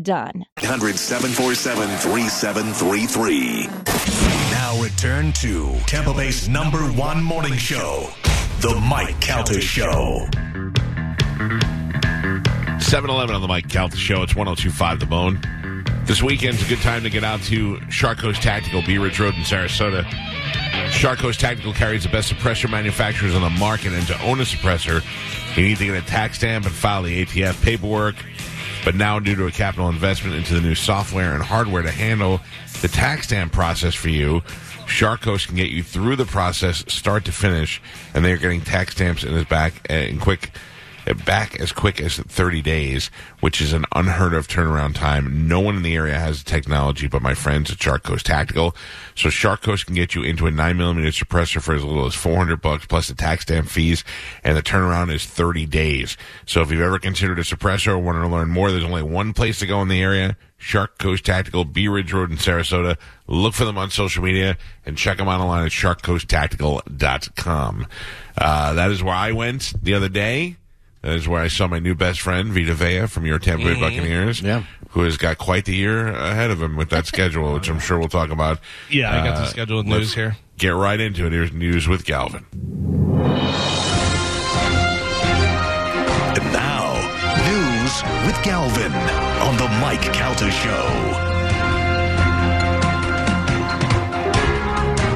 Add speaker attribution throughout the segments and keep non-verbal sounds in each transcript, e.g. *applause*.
Speaker 1: done.
Speaker 2: 800-747-3733.
Speaker 3: Now return to Tampa Bay's number one morning show, The Mike Calter Show.
Speaker 2: 7-Eleven on the Mike Calta Show. It's 1025 The Bone. This weekend's a good time to get out to Shark Coast Tactical, Bee Ridge Road in Sarasota. Shark Coast Tactical carries the best suppressor manufacturers on the market, and to own a suppressor, you need to get a tax stamp and file the ATF paperwork. But now, due to a capital investment into the new software and hardware to handle the tax stamp process for you, Shark Coast can get you through the process, start to finish, and they're getting tax stamps in as back and quick uh, back as quick as 30 days, which is an unheard of turnaround time. No one in the area has the technology but my friends at Shark Coast Tactical. So Shark Coast can get you into a 9mm suppressor for as little as 400 bucks plus the tax stamp fees, and the turnaround is 30 days. So if you've ever considered a suppressor or wanted to learn more, there's only one place to go in the area. Shark Coast Tactical, Bee Ridge Road in Sarasota. Look for them on social media and check them out online at sharkcoasttactical.com. Uh, that is where I went the other day. That is where I saw my new best friend, Vita Vea, from your Tampa Bay Buccaneers,
Speaker 4: Yeah.
Speaker 2: who has got quite the year ahead of him with that schedule, which I'm sure we'll talk about.
Speaker 5: Yeah, I got
Speaker 2: Uh,
Speaker 5: the scheduled
Speaker 2: let's
Speaker 5: news here.
Speaker 2: Get right into it. Here's news with Galvin.
Speaker 3: And now, news with Galvin on The Mike Calter Show.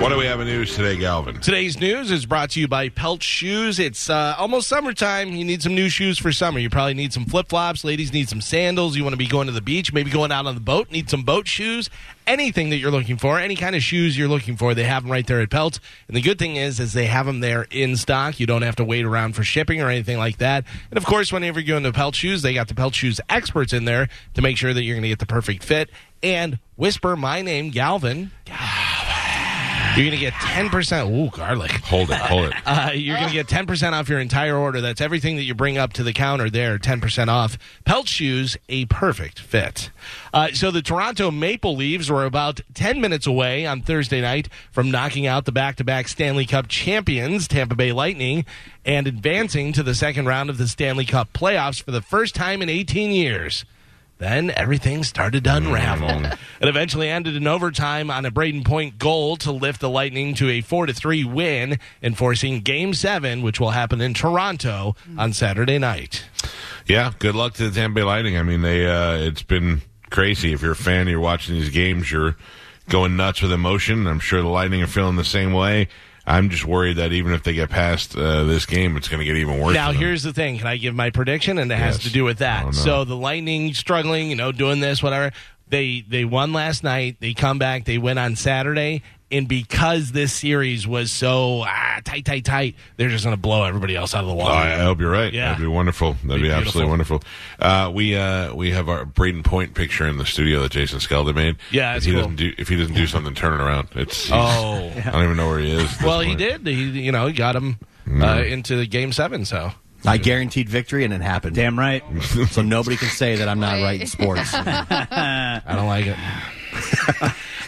Speaker 2: What do we have in news today, Galvin?
Speaker 5: Today's news is brought to you by Pelt Shoes. It's uh, almost summertime. You need some new shoes for summer. You probably need some flip flops. Ladies need some sandals. You want to be going to the beach, maybe going out on the boat. Need some boat shoes. Anything that you're looking for, any kind of shoes you're looking for, they have them right there at Pelt. And the good thing is, is they have them there in stock. You don't have to wait around for shipping or anything like that. And of course, whenever you go into Pelt Shoes, they got the Pelt Shoes experts in there to make sure that you're going to get the perfect fit. And whisper my name, Galvin. You're going to get 10%. Ooh, garlic.
Speaker 2: Hold it, hold it.
Speaker 5: Uh, you're going to get 10% off your entire order. That's everything that you bring up to the counter there, 10% off. Pelt shoes, a perfect fit. Uh, so the Toronto Maple Leaves were about 10 minutes away on Thursday night from knocking out the back to back Stanley Cup champions, Tampa Bay Lightning, and advancing to the second round of the Stanley Cup playoffs for the first time in 18 years. Then everything started to unravel.
Speaker 2: Mm.
Speaker 5: *laughs* it eventually ended in overtime on a Braden Point goal to lift the Lightning to a 4 to 3 win, enforcing Game 7, which will happen in Toronto on Saturday night.
Speaker 2: Yeah, good luck to the Tampa Bay Lightning. I mean, they uh, it's been crazy. If you're a fan, you're watching these games, you're going nuts with emotion. I'm sure the Lightning are feeling the same way. I'm just worried that even if they get past uh, this game, it's going to get even worse.
Speaker 5: Now,
Speaker 2: for them.
Speaker 5: here's the thing. Can I give my prediction? And it has
Speaker 2: Yes.
Speaker 5: to do with that.
Speaker 2: Oh, no.
Speaker 5: So the Lightning struggling, you know, doing this, whatever. They they won last night. They come back. They win on Saturday. And because this series was so ah, tight, tight, tight, they're just going to blow everybody else out of the water.
Speaker 2: Oh, I I hope you're right.
Speaker 5: Yeah.
Speaker 2: That'd be wonderful. That'd be,
Speaker 5: Be
Speaker 2: absolutely
Speaker 5: beautiful.
Speaker 2: wonderful. Uh, we uh, we have our Braden Point picture in the studio that Jason Skelda made.
Speaker 5: Yeah,
Speaker 2: if
Speaker 5: that's
Speaker 2: he
Speaker 5: cool.
Speaker 2: doesn't do if he doesn't do something, turn it around. It's
Speaker 5: Oh.
Speaker 2: *laughs* I don't even know where he is. at this
Speaker 5: Well, he
Speaker 2: point.
Speaker 5: did. He, you know, he got him uh, into the game seven. So
Speaker 4: I guaranteed victory, and it happened. Damn right. *laughs* so nobody can say that I'm not right in sports.
Speaker 5: I don't like it.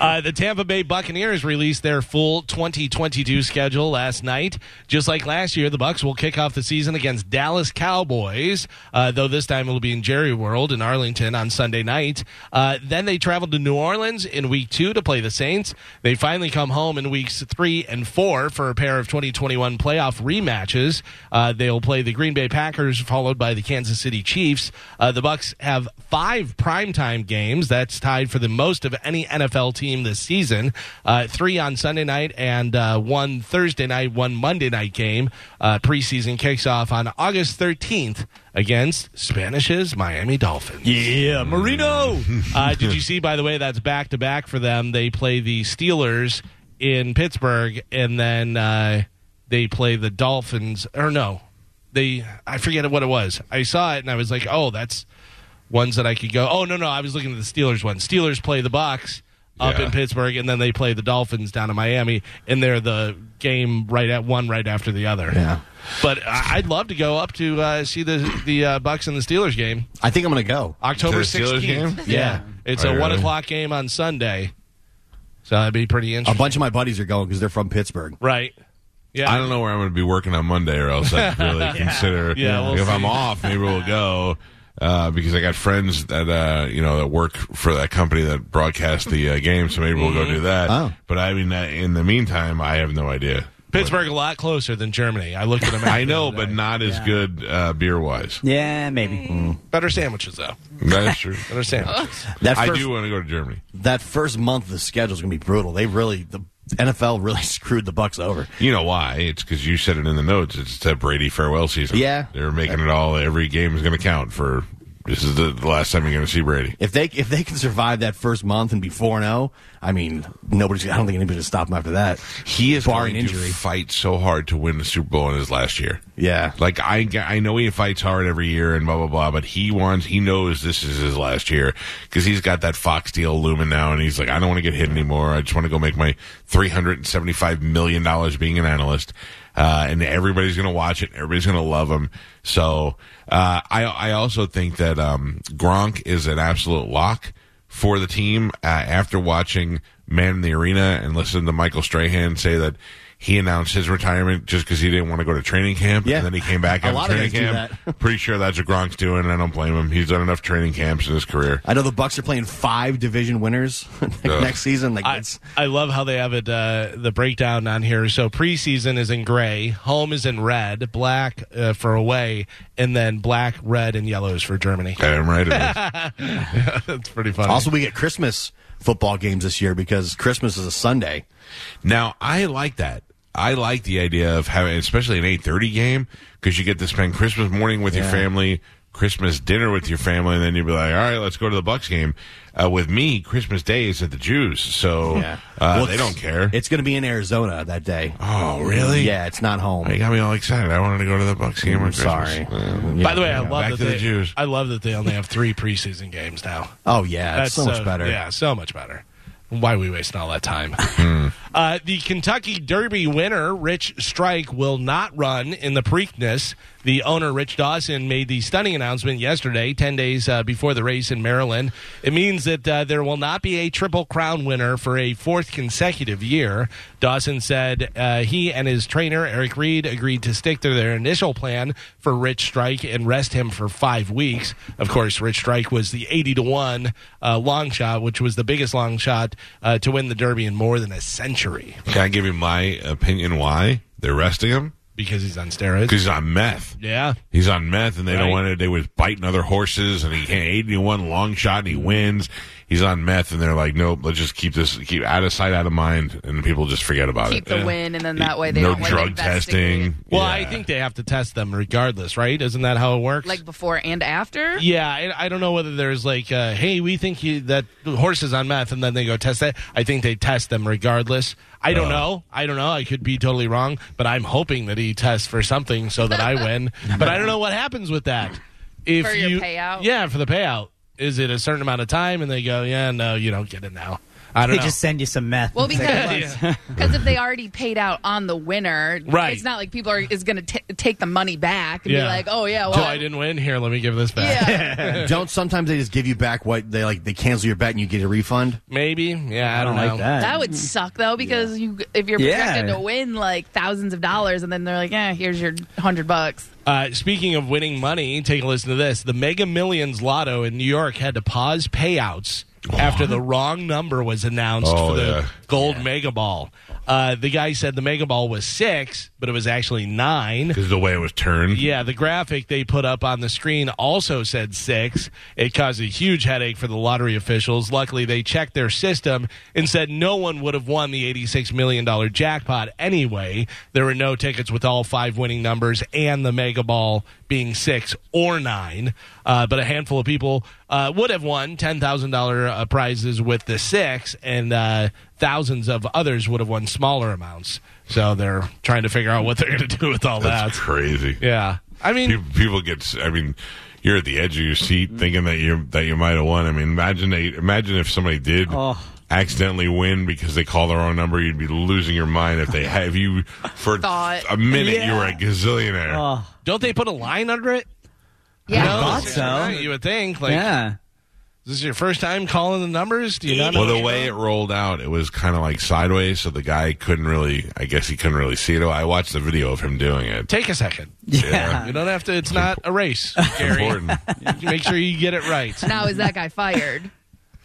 Speaker 5: uh, the Tampa Bay Buccaneers released their full 2022 schedule last night. Just like last year, the Bucks will kick off the season against Dallas Cowboys, uh, though this time it'll be in Jerry World in Arlington on Sunday night. Uh, then they travel to New Orleans in week two to play the Saints. They finally come home in weeks three and four for a pair of 2021 playoff rematches. Uh, they'll play the Green Bay Packers, followed by the Kansas City Chiefs. Uh, the Bucks have five primetime games. That's tied for the most of any NFL team this season. Uh, three on Sunday night and uh, one Thursday night, one Monday night game. Uh, preseason kicks off on August 13th against Spanish's Miami Dolphins.
Speaker 4: yeah, Marino.
Speaker 5: *laughs* Uh, did you see, by the way, that's back to back for them? They play the Steelers in Pittsburgh, and then uh, they play the Dolphins. Or no, they I forget what it was. I saw it and I was like, oh, that's ones that I could go. Oh no, no, I was looking at the Steelers one. Steelers play the Bucks. up
Speaker 2: Yeah.
Speaker 5: in Pittsburgh, and then they play the Dolphins down in Miami, and they're the game right at one right after the other.
Speaker 4: Yeah.
Speaker 5: But I- I'd love to go up to uh, see the the uh, Bucks and the Steelers game
Speaker 4: I think I'm going to go.
Speaker 5: October
Speaker 2: To the Steelers game?
Speaker 5: sixteenth.
Speaker 4: Yeah.
Speaker 5: it's
Speaker 2: Are
Speaker 5: a
Speaker 2: you
Speaker 5: one
Speaker 2: really?
Speaker 5: o'clock game on Sunday, so that'd be pretty
Speaker 4: A
Speaker 5: interesting.
Speaker 4: bunch of my buddies are going because they're from Pittsburgh.
Speaker 5: right? Yeah,
Speaker 2: I don't know where I'm going to be working on Monday, or else I'd really
Speaker 5: *laughs*
Speaker 2: *laughs* consider.
Speaker 5: Yeah, we'll
Speaker 2: if I'm
Speaker 5: see.
Speaker 2: off, maybe we'll go. Uh, because I got friends that uh, you know that work for that company that broadcast the uh, game, so maybe we'll go
Speaker 5: Mm-hmm.
Speaker 2: do that.
Speaker 4: Oh.
Speaker 2: But I mean, uh, in the meantime, I have no idea.
Speaker 5: Pittsburgh a lot closer than Germany. I looked at them.
Speaker 2: *laughs* I know, but not as good uh, beer wise.
Speaker 6: Yeah, maybe.
Speaker 5: better sandwiches though.
Speaker 2: That's true.
Speaker 5: Better sandwiches.
Speaker 4: Mm. That
Speaker 2: I
Speaker 4: first,
Speaker 2: do want to go to Germany.
Speaker 4: That first month, the schedule's going to be brutal. They really, the NFL really *laughs* screwed the Bucks over.
Speaker 2: You know why? It's because you said it in the notes. It's that Brady farewell season.
Speaker 4: Yeah.
Speaker 2: they're making it all. Every game is going to count for. This is the, the last time you're going to see Brady.
Speaker 4: If they if they can survive that first month and be four and zero, I mean, nobody's. I don't think anybody's going to stop them after that.
Speaker 2: He is
Speaker 4: barring
Speaker 2: going to
Speaker 4: injury.
Speaker 2: fight so hard to win the Super Bowl in his last year.
Speaker 4: Yeah.
Speaker 2: Like I, I know he fights hard every year and blah blah blah, but he wants. He knows this is his last year because he's got that Fox deal looming now, and he's like, I don't want to get hit anymore. I just want to go make my three hundred and seventy five million dollars being an analyst, uh, and everybody's gonna watch it. Everybody's gonna love him. So uh, I, I also think that um, Gronk is an absolute lock for the team uh, after watching Man in the Arena and listening to Michael Strahan say that. He announced his retirement just because he didn't want to go to training camp,
Speaker 4: Yeah.
Speaker 2: and then he came back
Speaker 4: A
Speaker 2: after
Speaker 4: lot of
Speaker 2: training
Speaker 4: guys do
Speaker 2: camp. *laughs* Pretty sure that's what Gronk's doing, and I don't blame him. He's done enough training camps in his career.
Speaker 4: I know the Bucks are playing five division winners *laughs* next season. Like
Speaker 5: I,
Speaker 4: it's
Speaker 5: I love how they have it uh, the breakdown on here. So preseason is in gray, home is in red, black uh, for away, and then black, red, and yellow is for Germany.
Speaker 2: Damn right. It
Speaker 4: *laughs*
Speaker 2: is.
Speaker 5: That's pretty funny.
Speaker 4: also we get Christmas football games this year because Christmas is a Sunday.
Speaker 2: now I like that. I like the idea of having, especially an eight thirty game, because you get to spend Christmas morning with your family, Christmas dinner with your family, and then you'd be like, all right, let's go to the Bucks game. Uh, with me, Christmas Day is at the Jews, so uh,
Speaker 4: Well,
Speaker 2: they
Speaker 4: it's-
Speaker 2: don't care.
Speaker 4: It's going to be in Arizona that day.
Speaker 2: oh, really?
Speaker 4: Yeah, it's not home.
Speaker 2: You got me all excited. I wanted to go to the Bucks game.
Speaker 4: I'm
Speaker 2: on Christmas.
Speaker 4: sorry.
Speaker 2: Yeah.
Speaker 5: By the way, I love
Speaker 2: Back
Speaker 5: that
Speaker 2: to the
Speaker 5: they,
Speaker 2: Jews.
Speaker 5: I love that they only have three preseason games now.
Speaker 4: Oh yeah, it's so,
Speaker 5: uh,
Speaker 4: much better.
Speaker 5: Yeah, so much better. Why we wasting all
Speaker 4: *laughs*
Speaker 5: that time? uh, the Kentucky Derby winner, Rich Strike, will not run in the Preakness. The owner, Rich Dawson, made the stunning announcement yesterday, 10 days uh, before the race in Maryland. It means that uh, there will not be a Triple Crown winner for a fourth consecutive year. Dawson said uh, he and his trainer, Eric Reed, agreed to stick to their initial plan for Rich Strike and rest him for five weeks. Of course, Rich Strike was the 80 to 1 uh, long shot, which was the biggest long shot uh, to win the Derby in more than a century
Speaker 2: Can I give you my opinion why they're resting him?
Speaker 5: because he's on steroids.
Speaker 2: Because he's on meth.
Speaker 5: Yeah.
Speaker 2: He's on meth, and they don't
Speaker 5: Right.
Speaker 2: want to. They was biting other horses, and he can't. Eighty-one long shot, and he wins. He's on meth, and they're like, "Nope, let's just keep this keep out of sight, out of mind," and people just forget about
Speaker 7: Keep
Speaker 2: it.
Speaker 7: the win, and then that way they
Speaker 2: no
Speaker 7: don't like,
Speaker 2: drug
Speaker 7: investigate.
Speaker 2: testing.
Speaker 5: Well,
Speaker 2: Yeah.
Speaker 5: I think they have to test them regardless, right? Isn't that how it works?
Speaker 7: Like before and after?
Speaker 5: yeah, I, I don't know whether there's like, uh, hey, we think he, that the horse is on meth, and then they go test that. I think they test them regardless. I
Speaker 6: Oh.
Speaker 5: don't know. I don't know. I could be totally wrong, but I'm hoping that he tests for something so that I
Speaker 6: *laughs*
Speaker 5: win. but I don't know what happens with that. If
Speaker 7: For your
Speaker 5: you,
Speaker 7: payout?
Speaker 5: yeah, for the payout, is it a certain amount of time? And they go, yeah, no, you don't get it now. I don't
Speaker 6: They
Speaker 5: know.
Speaker 6: just send you some meth.
Speaker 7: Well,
Speaker 6: and say,
Speaker 7: because because if they already paid out on the winner,
Speaker 5: Right.
Speaker 7: It's not like people are is going to take the money back and
Speaker 5: yeah.
Speaker 7: be like, oh yeah, well,
Speaker 5: so I didn't win. Here, let me give this back. *laughs*
Speaker 7: Yeah,
Speaker 4: *laughs* Don't sometimes they just give you back what they like? They cancel your bet and you get a refund.
Speaker 5: Maybe. Yeah, I,
Speaker 6: I don't
Speaker 5: know.
Speaker 6: like that.
Speaker 7: that would suck though because you if you're
Speaker 6: Yeah.
Speaker 7: projected to win like thousands of dollars and then they're like, yeah, here's your hundred bucks.
Speaker 5: Uh, speaking of winning money, take a listen to this. The Mega Millions Lotto in New York had to pause payouts after the wrong number was announced
Speaker 2: Oh,
Speaker 5: for the
Speaker 2: yeah.
Speaker 5: gold mega ball. Uh, the guy said the mega ball was six, but it was actually nine.
Speaker 2: This is the way it was turned.
Speaker 5: Yeah, the graphic they put up on the screen also said six. It caused a huge headache for the lottery officials. Luckily, they checked their system and said no one would have won the $86 million jackpot anyway. There were no tickets with all five winning numbers and the mega ball being six or nine. Uh, but a handful of people uh, would have won $10,000 uh, prizes with the six, and uh, thousands of others would have won smaller amounts. So they're trying to figure out what they're going to do with all that.
Speaker 2: That's crazy.
Speaker 5: Yeah. I mean,
Speaker 2: People, people get. s- I mean, you're at the edge of your seat thinking that you that you might have won. I mean, imagine they, imagine if somebody did.
Speaker 6: Oh.
Speaker 2: accidentally win because they call the wrong number, you'd be losing your mind if they have you
Speaker 7: *laughs*
Speaker 2: for
Speaker 7: Thought.
Speaker 2: a minute. You were a gazillionaire.
Speaker 5: Don't they put a line under it?
Speaker 7: Yeah.
Speaker 5: No,
Speaker 6: thought
Speaker 5: it's
Speaker 6: so.
Speaker 5: Right, you would think. Like,
Speaker 6: yeah.
Speaker 5: this is your first time calling the numbers? Do you not know?
Speaker 2: Well, the way it rolled out, it was kind of like sideways, so the guy couldn't really. I guess he couldn't really see it. I watched the video of him doing it.
Speaker 5: Take a second.
Speaker 6: Yeah.
Speaker 5: You don't have to. It's not a race,
Speaker 2: It's
Speaker 5: Gary.
Speaker 7: *laughs*
Speaker 2: important.
Speaker 5: Make sure you get it right.
Speaker 7: Now is that guy fired?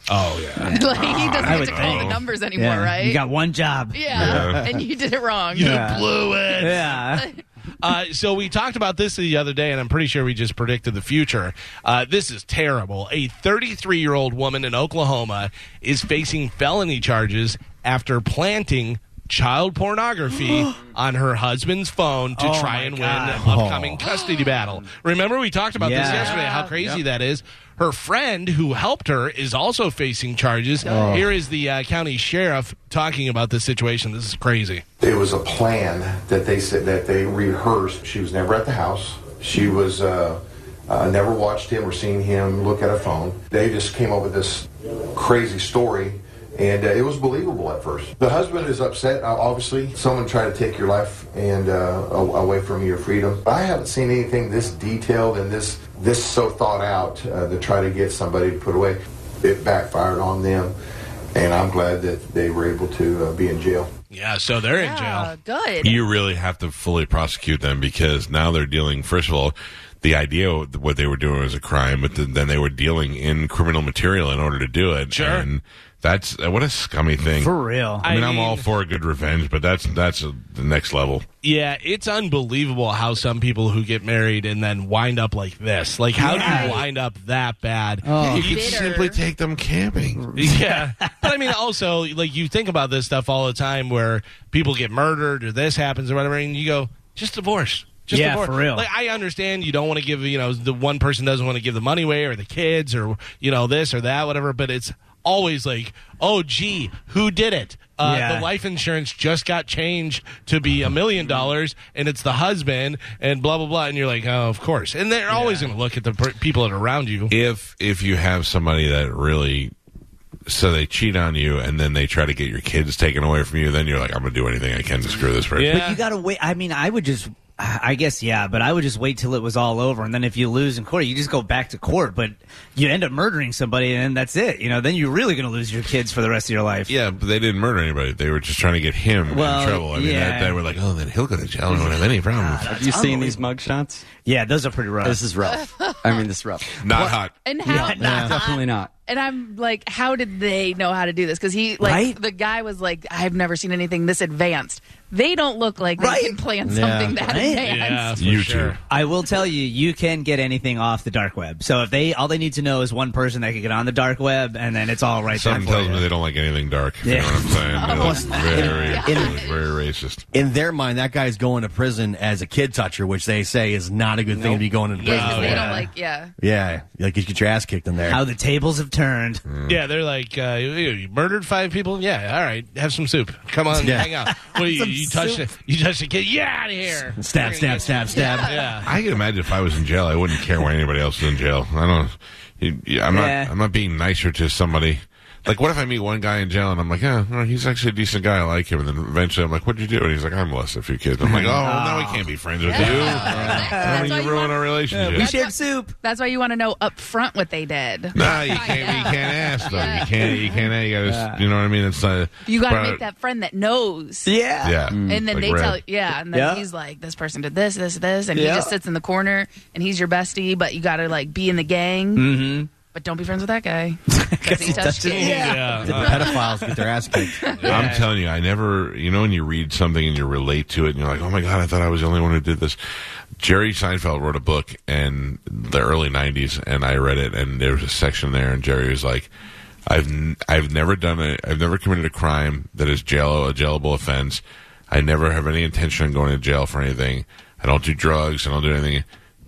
Speaker 2: oh yeah.
Speaker 7: *laughs* like he doesn't
Speaker 6: I
Speaker 7: get
Speaker 6: would
Speaker 7: to call the
Speaker 6: think.
Speaker 7: numbers anymore,
Speaker 6: Yeah.
Speaker 7: right?
Speaker 6: You got one job.
Speaker 7: yeah. and you did it wrong.
Speaker 5: Blew it.
Speaker 6: Yeah.
Speaker 5: Uh, so we talked about this the other day, and I'm pretty sure we just predicted the future. Uh, this is terrible. A 33 year old woman in Oklahoma is facing felony charges after planting child pornography
Speaker 6: *gasps*
Speaker 5: on her husband's phone to
Speaker 6: Oh,
Speaker 5: try
Speaker 6: my
Speaker 5: and win
Speaker 6: God. Oh.
Speaker 5: an upcoming custody battle. Remember, we talked about this
Speaker 6: Yeah.
Speaker 5: yesterday, how crazy that is. Her friend who helped her is also facing charges.
Speaker 6: Oh.
Speaker 5: Here is the uh, county sheriff talking about this situation. This is crazy.
Speaker 8: It was a plan that they said that they rehearsed. She was never at the house. She was uh, uh, never watched him or seen him look at a phone. They just came up with this crazy story, and uh, it was believable at first. The husband is upset. uh, Obviously, someone tried to take your life and uh, a- away from your freedom. I haven't seen anything this detailed and this this so thought out uh, to try to get somebody to put away. It backfired on them, and I'm glad that they were able to uh, be in jail.
Speaker 5: Yeah, so they're in jail.
Speaker 7: Yeah, good.
Speaker 2: You really have to fully prosecute them because now they're dealing. First of all, the idea of what they were doing was a crime, but then then they were dealing in criminal material in order to do it.
Speaker 5: Sure.
Speaker 2: And that's uh, what a scummy thing.
Speaker 6: For real.
Speaker 2: I mean, I
Speaker 5: I
Speaker 2: am
Speaker 5: mean-
Speaker 2: all for a good revenge, but that's that's uh the next level.
Speaker 5: Yeah, it's unbelievable how some people who get married and then wind up like this. Like, how do you wind up that bad?
Speaker 2: You could
Speaker 7: Bitter.
Speaker 2: simply take them camping.
Speaker 5: Yeah. *laughs* but I mean, also, like, you think about this stuff all the time where people get murdered or this happens or whatever, and you go, just divorce. Just
Speaker 6: Yeah,
Speaker 5: divorce.
Speaker 6: for real.
Speaker 5: Like, I understand you don't want to give, you know, the one person doesn't want to give the money away or the kids or, you know, this or that, whatever, but it's always like, oh, gee, who did it? Uh,
Speaker 6: Yeah.
Speaker 5: The life insurance just got changed to be a million dollars and it's the husband and blah, blah, blah. And you're like, oh, of course. And they're always going to look at the per- people that are around you.
Speaker 2: If if you have somebody that really so they cheat on you and then they try to get your kids taken away from you, then you're like, I'm gonna do anything I can to screw this person.
Speaker 5: Yeah.
Speaker 6: But you gotta wait. I mean, I would just. I guess yeah, but I would just wait till it was all over, and then if you lose in court, you just go back to court. But you end up murdering somebody, and that's it. You know, then you're really going to lose your kids for the rest of your life.
Speaker 2: Yeah, but they didn't murder anybody. They were just trying to get him
Speaker 6: Well,
Speaker 2: in trouble. I mean,
Speaker 6: yeah.
Speaker 2: that, they were like, oh, then he'll go to jail. I don't have any problem.
Speaker 9: Have you seen these mugshots?
Speaker 6: Yeah, those are pretty rough. *laughs*
Speaker 9: This is rough. I mean, this is rough.
Speaker 2: Not hot.
Speaker 7: and how
Speaker 9: Definitely not.
Speaker 7: and I'm like, how did they know how to do this? Because he, like,
Speaker 6: Right?
Speaker 7: the guy was like, I've never seen anything this advanced. They don't look like
Speaker 6: Right?
Speaker 7: they can plan something that
Speaker 6: Right?
Speaker 5: Yeah,
Speaker 7: advanced.
Speaker 5: for
Speaker 2: YouTube.
Speaker 5: sure.
Speaker 6: I will tell you, you can get anything off the dark web. So if they all they need to know is one person that can get on the dark web, and then it's all right
Speaker 2: Something
Speaker 6: there for
Speaker 2: tells
Speaker 6: you.
Speaker 2: me they don't like anything dark. You
Speaker 6: Yeah.
Speaker 2: know what I'm saying? They're like very,
Speaker 4: in-
Speaker 2: very racist.
Speaker 4: *laughs* In their mind, that guy's going to prison as a kid toucher, which they say is not a good thing to be going into
Speaker 7: Yeah,
Speaker 4: prison.
Speaker 7: 'cause
Speaker 4: for.
Speaker 7: they don't like, yeah.
Speaker 4: yeah, like you get your ass kicked in there.
Speaker 6: How the tables have turned.
Speaker 2: Hmm.
Speaker 5: Yeah, they're like, uh, you, you murdered five people. Yeah, all right, have some soup. Come on,
Speaker 4: Yeah.
Speaker 5: hang out. What do you, you touch? The, you touch the kid? Get out of here!
Speaker 4: stab, stab, stab, stab.
Speaker 5: Yeah,
Speaker 2: I can imagine if I was in jail, I wouldn't care why anybody else is in jail. I don't. you- you- I'm
Speaker 6: Yeah.
Speaker 2: not. I'm not being nicer to somebody. Like, what if I meet one guy in jail and I'm like, yeah, no, he's actually a decent guy. I like him. And then eventually I'm like, what'd you do? And he's like, I molested a few kids. I'm like, oh, no, we can't be friends with you. I
Speaker 7: That's
Speaker 2: mean,
Speaker 7: why
Speaker 2: you
Speaker 7: you
Speaker 2: ruin
Speaker 7: want-
Speaker 2: our relationship.
Speaker 6: We shared soup.
Speaker 7: That's why you want to know up front what they did.
Speaker 2: No, you can't. You can't ask them. You can't. You can't. You gotta. You know what I mean? It's not.
Speaker 7: You got
Speaker 2: but-
Speaker 7: to make that friend that knows.
Speaker 6: Yeah.
Speaker 2: Yeah.
Speaker 7: And then
Speaker 2: Mm, like
Speaker 7: they
Speaker 2: red.
Speaker 7: tell, yeah, and then
Speaker 6: Yeah.
Speaker 7: he's like, "This person did this, this, this," and
Speaker 6: Yeah.
Speaker 7: he just sits in the corner, and he's your bestie, but you got to like be in the gang, mm-hmm. but don't be friends with
Speaker 6: *laughs*
Speaker 7: that guy because he touched you.
Speaker 5: yeah.
Speaker 4: The pedophiles get their ass kicked.
Speaker 2: *laughs* I'm telling you, I never. You know, when you read something and you relate to it, and you're like, "Oh my god, I thought I was the only one who did this." Jerry Seinfeld wrote a book in the early '90s, and I read it, and there was a section there, and Jerry was like, "I've n- I've never done a I've never committed a crime that is jail a jailable offense. I never have any intention of going to jail for anything. I don't do drugs. I don't do anything."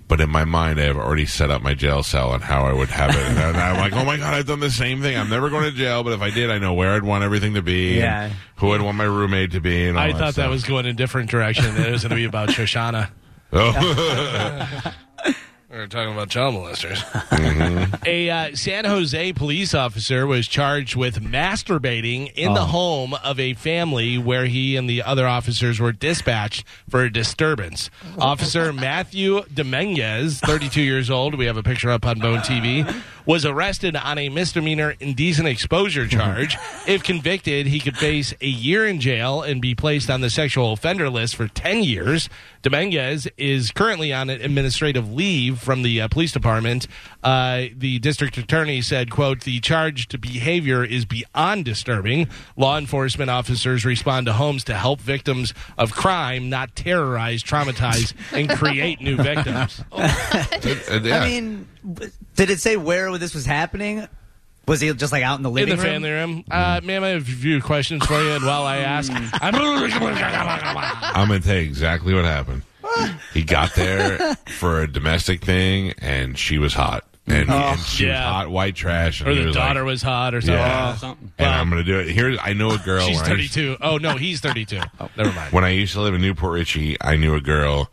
Speaker 2: But in my mind, I have already set up my jail cell and how I would have it. And I'm like, oh my God, I've done the same thing. I'm never going to jail, but if I did, I know where I'd want everything to be.
Speaker 6: Yeah.
Speaker 2: and Who I'd want my roommate to be. And all
Speaker 5: I thought that
Speaker 2: Oh.
Speaker 5: was going in a different direction. It was going to be about Shoshana.
Speaker 2: that was.
Speaker 5: We *laughs* We're talking about child molesters.
Speaker 2: Mm-hmm.
Speaker 5: A uh, San Jose police officer was charged with masturbating in the
Speaker 10: Oh.
Speaker 5: home of a family where he and the other officers were dispatched for a disturbance. Officer Matthew Dominguez, 32 years old, we have a picture up on Bone TV, was arrested on a misdemeanor indecent exposure charge. if convicted, he could face a year in jail and be placed on the sexual offender list for 10 years. Dominguez is currently on administrative leave from the uh, police department. Uh, the district attorney said, quote, the charged behavior is beyond disturbing. Law enforcement officers respond to homes to help victims of crime, not terrorize, traumatize, and create new victims.
Speaker 6: I mean, w- did it say where this was happening? Was he just like out in the
Speaker 5: in
Speaker 6: living
Speaker 5: the
Speaker 6: room?
Speaker 5: family room. Uh, ma'am, I have a few questions for you, and while I ask, I'm.
Speaker 2: *laughs*
Speaker 6: uh,
Speaker 2: I'm going to tell you exactly what happened. He got there for a domestic thing, and she was hot. And,
Speaker 5: Oh.
Speaker 2: and she was
Speaker 5: Yeah.
Speaker 2: hot white trash. And
Speaker 5: Or
Speaker 2: he
Speaker 5: the
Speaker 2: was
Speaker 5: daughter
Speaker 2: like,
Speaker 5: was hot or something.
Speaker 2: Yeah.
Speaker 5: Oh, something.
Speaker 2: And I'm going to do it. Here, I know a girl.
Speaker 5: She's
Speaker 2: when I-
Speaker 5: 32. Oh, no, he's 32.
Speaker 2: *laughs* Oh,
Speaker 5: Never mind.
Speaker 2: When I used to live in Newport Richie, I knew a girl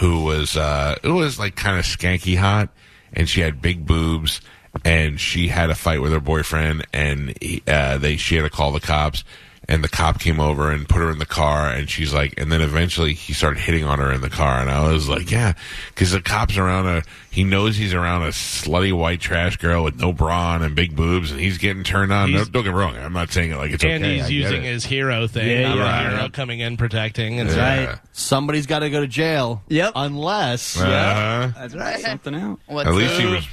Speaker 2: who was uh, who was like kind of skanky hot, and she had big boobs, and she had a fight with her boyfriend, and he, uh, they she had to call the cops, and the cop came over and put her in the car, and she's like, and then eventually he started hitting on her in the car, and I was like, yeah, because the cop's around a he knows he's around a slutty white trash girl with no bra on and big boobs, and he's getting turned on. No,
Speaker 5: He's-
Speaker 2: don't get me wrong, I'm not saying it like it's
Speaker 5: and
Speaker 2: okay. I
Speaker 5: he's
Speaker 2: get
Speaker 5: using
Speaker 2: it.
Speaker 5: his hero thing.
Speaker 2: Yeah,
Speaker 5: I'm
Speaker 2: yeah.
Speaker 5: a hero coming in, protecting. And
Speaker 2: Yeah.
Speaker 5: stuff.
Speaker 4: Somebody's got to go to jail. Yep. Unless.
Speaker 2: Uh-huh.
Speaker 4: That's right. Something out.
Speaker 2: At least he was.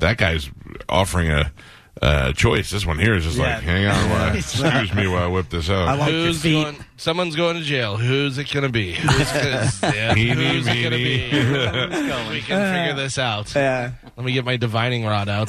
Speaker 2: That guy's offering a uh, choice. This one here is just like, hang on, while I, *laughs* excuse me while I whip this out.
Speaker 5: Who's going? Someone's going to jail. Who's it going to be? Who's, gonna, yeah,
Speaker 2: Meeny,
Speaker 5: who's it going to
Speaker 2: meeny.
Speaker 5: be? we can figure this out. Let me get my divining rod out.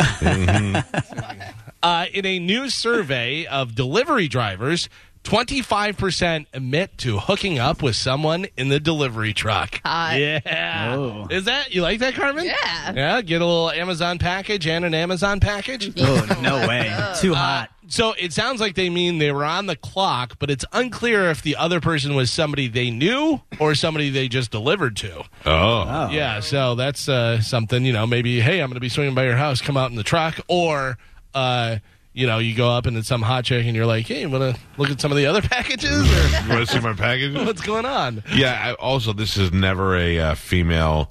Speaker 5: Uh, in a new survey of delivery drivers, 25% admit to hooking up with someone in the delivery truck.
Speaker 7: Hot.
Speaker 5: Yeah. Is that, you like that, Carmen?
Speaker 7: Yeah.
Speaker 5: Yeah, get a little Amazon package and an Amazon package.
Speaker 6: Oh
Speaker 9: *laughs*
Speaker 6: no way! Too hot.
Speaker 5: So it sounds like they mean they were on the clock, but it's unclear if the other person was somebody they knew or somebody they just delivered to.
Speaker 2: Oh.
Speaker 5: Yeah, so that's uh, something, you know, maybe, hey, I'm going to be swinging by your house, come out in the truck. Or, uh, you know, you go up and it's some hot chick and you're like, hey, you want to look at some of the other *laughs* packages? Or
Speaker 2: You want to see my *laughs* package?
Speaker 5: what's going on?
Speaker 2: Yeah. I, also, this is never a uh, female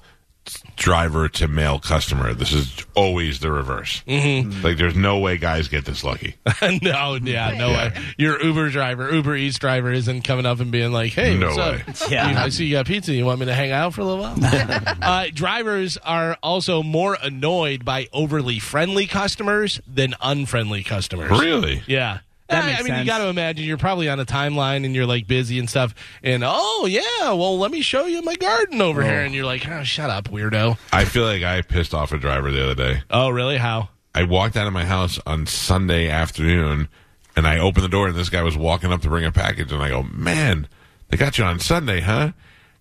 Speaker 2: driver to male customer. This is always the reverse. Mm-hmm. Like, there's no way guys get this lucky.
Speaker 5: *laughs* no, yeah, no way. Your Uber driver, Uber Eats driver isn't coming up and being like, hey,
Speaker 2: No
Speaker 5: what's
Speaker 2: way.
Speaker 5: up? You- I see you got pizza. You want me to hang out for a little while?
Speaker 6: *laughs*
Speaker 5: uh, drivers are also more annoyed by overly friendly customers than unfriendly customers.
Speaker 2: really?
Speaker 5: Yeah.
Speaker 6: That
Speaker 5: I-
Speaker 6: makes
Speaker 5: I mean, you
Speaker 6: sense.
Speaker 5: got to imagine you're probably on a timeline and you're like busy and stuff. And oh yeah, well let me show you my garden over here. And you're like, oh, shut up, weirdo.
Speaker 2: I feel like I pissed off a driver the other day.
Speaker 5: Oh really? How?
Speaker 2: I walked out of my house on Sunday afternoon, and I opened the door, and this guy was walking up to bring a package, and I go, "Man, they got you on Sunday, huh?"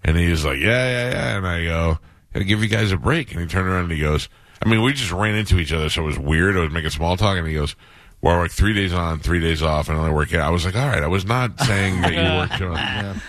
Speaker 2: And he was like, "Yeah, yeah, yeah," and I go, "Gotta give you guys a break." And he turned around and he goes, "I mean, we just ran into each other, so it was weird. I was making small talk, and he goes." Well, I work three days on, three days off, and I only work out. I was like, all right, I was not saying that you worked
Speaker 5: *laughs*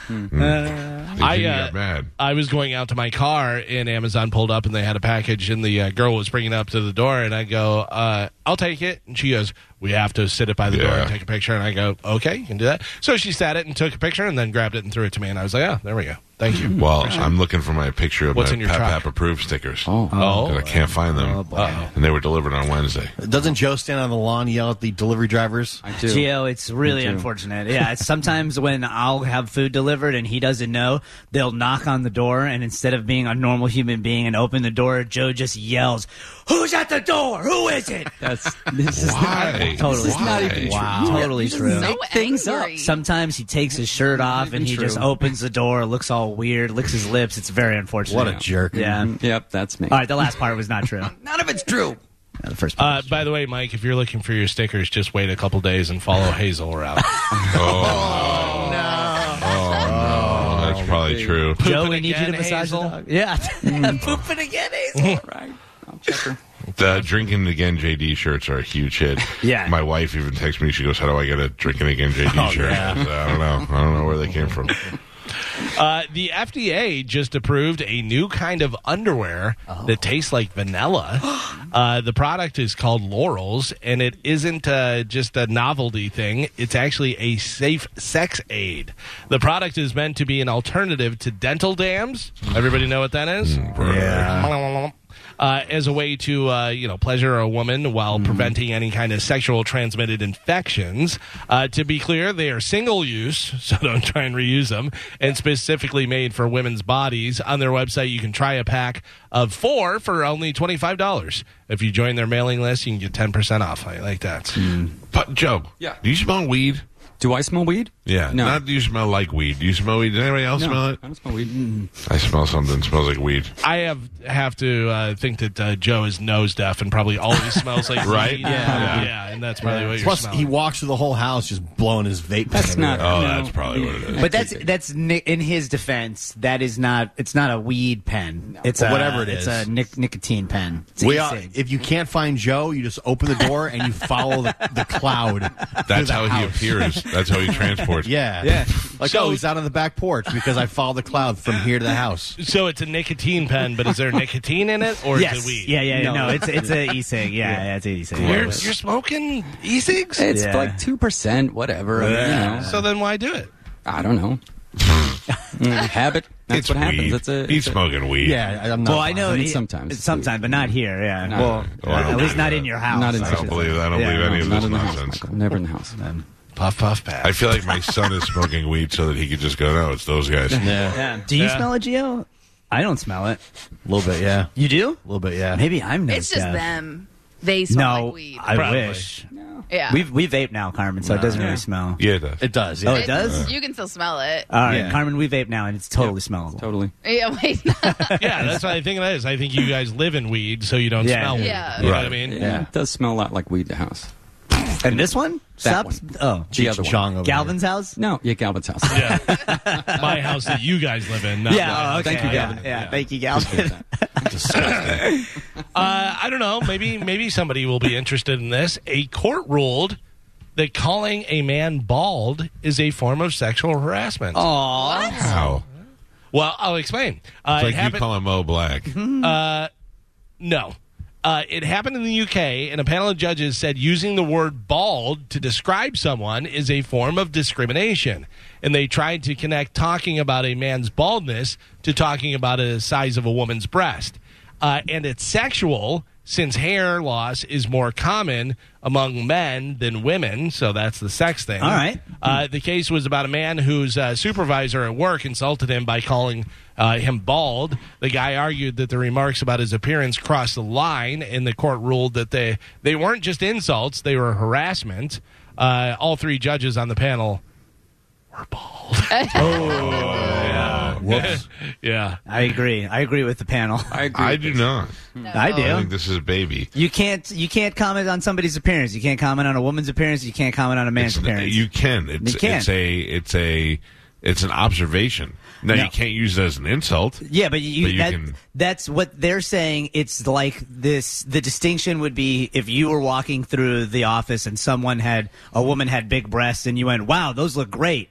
Speaker 2: on. Mm.
Speaker 5: I,
Speaker 2: He
Speaker 5: uh,
Speaker 2: got mad.
Speaker 5: I was going out to my car and Amazon pulled up and they had a package and the uh, girl was bringing it up to the door and I go, uh, I'll take it. And she goes, we have to sit it by the door
Speaker 2: Yeah.
Speaker 5: and take a picture. And I go, okay, you can do that. So she sat it and took a picture and then grabbed it and threw it to me. And I was like, oh, there we go. Thank
Speaker 2: *laughs*
Speaker 5: you.
Speaker 2: Well, I'm looking for my picture of
Speaker 5: What's
Speaker 2: my
Speaker 5: in your
Speaker 2: Pap
Speaker 5: truck?
Speaker 2: Pap approved stickers.
Speaker 5: Oh.
Speaker 2: 'Cause I can't find them, and they were delivered on Wednesday.
Speaker 4: Doesn't Joe stand on the lawn and yell at the delivery drivers? I
Speaker 9: do.
Speaker 6: Gio, it's really
Speaker 9: too.
Speaker 6: unfortunate. Yeah, it's
Speaker 9: *laughs*
Speaker 6: sometimes when I'll have food delivered and he doesn't know, they'll knock on the door, and instead of being a normal human being and open the door, Joe just yells, "Who's at the door? Who is it?"
Speaker 9: That's this is
Speaker 2: Why?
Speaker 9: not *laughs* totally
Speaker 6: This is not
Speaker 2: Why?
Speaker 6: even wow. Totally true.
Speaker 7: So
Speaker 9: things up.
Speaker 7: angry.
Speaker 6: Sometimes he takes his shirt off and he
Speaker 9: true.
Speaker 6: just opens the door, looks all weird, licks his lips. It's very unfortunate.
Speaker 4: What a jerk. Mm-hmm.
Speaker 6: Yeah. All
Speaker 9: Yep, that's me.
Speaker 5: Oh,
Speaker 6: right, the last part was not true.
Speaker 9: None of it's true.
Speaker 6: the first part.
Speaker 5: Uh, by the way, Mike, if you're looking for your stickers, just wait a couple days and follow Hazel around.
Speaker 2: Oh, that's probably true.
Speaker 6: Joe,
Speaker 5: Poop it
Speaker 6: we need you
Speaker 5: again,
Speaker 6: to massage
Speaker 5: Hazel.
Speaker 6: the dog. Yeah. Poop it again, Hazel.
Speaker 9: Right. I'll check her.
Speaker 2: The drinking again JD shirts are a huge hit.
Speaker 6: Yeah.
Speaker 2: my wife even texts me. She goes, "How do I get a drinking again JD shirt?" I, said, I don't know. I don't know where they came from.
Speaker 5: Uh, the FDA just approved a new kind of underwear that tastes like vanilla. uh, the product is called Laurels, and it isn't uh, just a novelty thing. It's actually a safe sex aid. The product is meant to be an alternative to dental dams. Everybody know what that
Speaker 2: Hmm.
Speaker 5: is? Yeah. Uh, as a way to, uh, you know, pleasure a woman while preventing any kind of sexual transmitted infections. Uh, to be clear, they are single use, *laughs* so don't try and reuse them, and specifically made for women's bodies. On their website, you can try a pack of four for only $25. If you join their mailing list, you can get 10% off. I like that.
Speaker 2: But Joe,
Speaker 9: Yeah.
Speaker 2: do you smell weed?
Speaker 9: Do I smell weed?
Speaker 2: Yeah,
Speaker 9: No.
Speaker 2: not do you smell like weed. Do you smell weed? Did anybody else
Speaker 9: No,
Speaker 2: smell it?
Speaker 9: I don't smell weed. Mm.
Speaker 2: I smell something that smells like weed.
Speaker 5: I have have to uh, think that uh, Joe is nose deaf and probably always smells like
Speaker 2: Right?
Speaker 5: weed. Yeah. yeah, and that's probably what you're
Speaker 4: Plus,
Speaker 5: smelling.
Speaker 4: he walks through the whole house just blowing his vape.
Speaker 6: That's
Speaker 4: everywhere.
Speaker 6: not-
Speaker 2: Oh,
Speaker 6: No.
Speaker 2: that's probably what it is.
Speaker 6: But that's that's ni- in his defense. That is not. It's not a weed pen. It's
Speaker 4: Well,
Speaker 6: a,
Speaker 4: whatever it
Speaker 6: It's
Speaker 4: is.
Speaker 6: a nic- nicotine pen. It's
Speaker 4: We are,
Speaker 6: e-cig.
Speaker 4: if you can't find Joe, you just open the door and you follow the, the cloud. through
Speaker 2: That's
Speaker 4: the
Speaker 2: how he
Speaker 4: house.
Speaker 2: appears. That's how he transports.
Speaker 9: *laughs*
Speaker 4: Yeah.
Speaker 6: Yeah.
Speaker 4: Like,
Speaker 5: So-
Speaker 4: oh, he's out on the back porch because I follow the cloud
Speaker 9: *laughs*
Speaker 4: from here to the house.
Speaker 5: so it's a nicotine pen, but is there nicotine in it or is
Speaker 6: yes.
Speaker 5: it weed?
Speaker 6: Yeah, yeah, no. it's it's a e-cig. Yeah, yeah. it's an e-cig.
Speaker 5: You're, you're smoking e-cigs?
Speaker 9: It's
Speaker 6: Yeah.
Speaker 9: like two percent, whatever. I mean, you know,
Speaker 5: So then why do it?
Speaker 9: I don't
Speaker 2: *laughs*
Speaker 9: know. Mm, habit. That's
Speaker 2: it's
Speaker 9: what happens.
Speaker 2: weed.
Speaker 9: It's a.
Speaker 2: He's
Speaker 9: it's a-
Speaker 2: smoking weed.
Speaker 4: Yeah. I- I'm not
Speaker 6: Well, I know
Speaker 9: I mean,
Speaker 6: it-
Speaker 9: sometimes.
Speaker 6: sometimes, but not here. Yeah.
Speaker 9: No.
Speaker 6: Well,
Speaker 2: Oh, I don't
Speaker 6: at least
Speaker 2: believe
Speaker 6: not
Speaker 2: that.
Speaker 6: in your house.
Speaker 9: Not in
Speaker 2: I
Speaker 9: my
Speaker 6: should
Speaker 2: don't believe. I don't
Speaker 6: Yeah,
Speaker 2: believe any
Speaker 9: No,
Speaker 2: of
Speaker 9: not
Speaker 2: this
Speaker 9: in the
Speaker 2: nonsense.
Speaker 9: house. Michael. Never in the house.
Speaker 5: Puff, puff, pass.
Speaker 2: I feel like my son is smoking weed so that he could just go, no, it's those guys.
Speaker 4: Yeah.
Speaker 6: say. Yeah. Do you
Speaker 5: Yeah.
Speaker 6: smell it, Geo? I don't smell it.
Speaker 4: A little bit, yeah.
Speaker 6: You do?
Speaker 4: A little bit, yeah.
Speaker 6: Maybe I'm not.
Speaker 7: It's just them. They smell
Speaker 6: No,
Speaker 7: like weed.
Speaker 6: I
Speaker 5: Probably.
Speaker 6: wish.
Speaker 7: yeah.
Speaker 6: We we vape now, Carmen, so it doesn't
Speaker 9: Yeah.
Speaker 6: really smell.
Speaker 2: Yeah, it does.
Speaker 4: It does.
Speaker 6: Oh,
Speaker 4: Yeah.
Speaker 6: it does.
Speaker 7: You can still smell it.
Speaker 6: All right,
Speaker 4: Yeah.
Speaker 6: Carmen, we vape now, and it's totally smellable.
Speaker 9: Totally.
Speaker 7: *laughs* Yeah, wait.
Speaker 5: yeah, that's what I think that is. I think you guys live in weed, so you don't
Speaker 6: Yeah.
Speaker 5: smell weed.
Speaker 7: Yeah.
Speaker 5: You know
Speaker 2: Right.
Speaker 5: what I mean?
Speaker 9: Yeah. It does smell a lot like weed. The house.
Speaker 6: And this one,
Speaker 9: That
Speaker 6: Subs-
Speaker 9: one.
Speaker 6: Oh,
Speaker 9: The other one.
Speaker 4: Chong over
Speaker 6: Galvin's house.
Speaker 9: No. Yeah, Galvin's house.
Speaker 5: Yeah. *laughs* My house that you guys live in. not my
Speaker 6: Yeah. oh,
Speaker 5: house.
Speaker 6: okay.
Speaker 9: Thank you,
Speaker 6: yeah,
Speaker 9: Galvin.
Speaker 6: yeah, Thank you, Galvin.
Speaker 5: Uh, I don't know. Maybe maybe somebody will be interested in this. A court ruled that calling a man bald is a form of sexual harassment.
Speaker 2: *laughs* How?
Speaker 5: Well, I'll explain. Uh,
Speaker 2: It's like
Speaker 5: it
Speaker 2: you
Speaker 5: happened-
Speaker 2: call him Mo Black.
Speaker 5: No. Uh, it happened in the UK, and a panel of judges said using the word bald to describe someone is a form of discrimination. And they tried to connect talking about a man's baldness to talking about a size of a woman's breast. Uh, and it's sexual since hair loss is more common among men than women, so that's the sex thing.
Speaker 6: All right.
Speaker 5: Uh, the case was about a man whose uh, supervisor at work insulted him by calling uh, him bald. The guy argued that the remarks about his appearance crossed the line, and the court ruled that they, they weren't just insults, they were harassment. Uh, all three judges on the panel were
Speaker 6: *laughs*
Speaker 5: bald. *laughs*
Speaker 6: Oh,
Speaker 4: Whoops.
Speaker 5: yeah.
Speaker 6: *laughs* I agree. I agree with the panel.
Speaker 9: I agree.
Speaker 2: I do not.
Speaker 6: I
Speaker 2: I
Speaker 6: do.
Speaker 2: think this is a baby.
Speaker 6: You can't. You can't comment on somebody's appearance. You can't comment on a woman's appearance. You can't comment on a man's
Speaker 2: It's-
Speaker 6: appearance.
Speaker 2: You can. It's,
Speaker 6: You can.
Speaker 2: It's a. It's a. It's an observation. Now
Speaker 6: No.
Speaker 2: you can't use it as an insult.
Speaker 6: Yeah, but you,
Speaker 2: But you
Speaker 6: that,
Speaker 2: can-
Speaker 6: that's what they're saying. It's like this. The distinction would be if you were walking through the office and someone had a woman had big breasts, and you went, "Wow, those look great."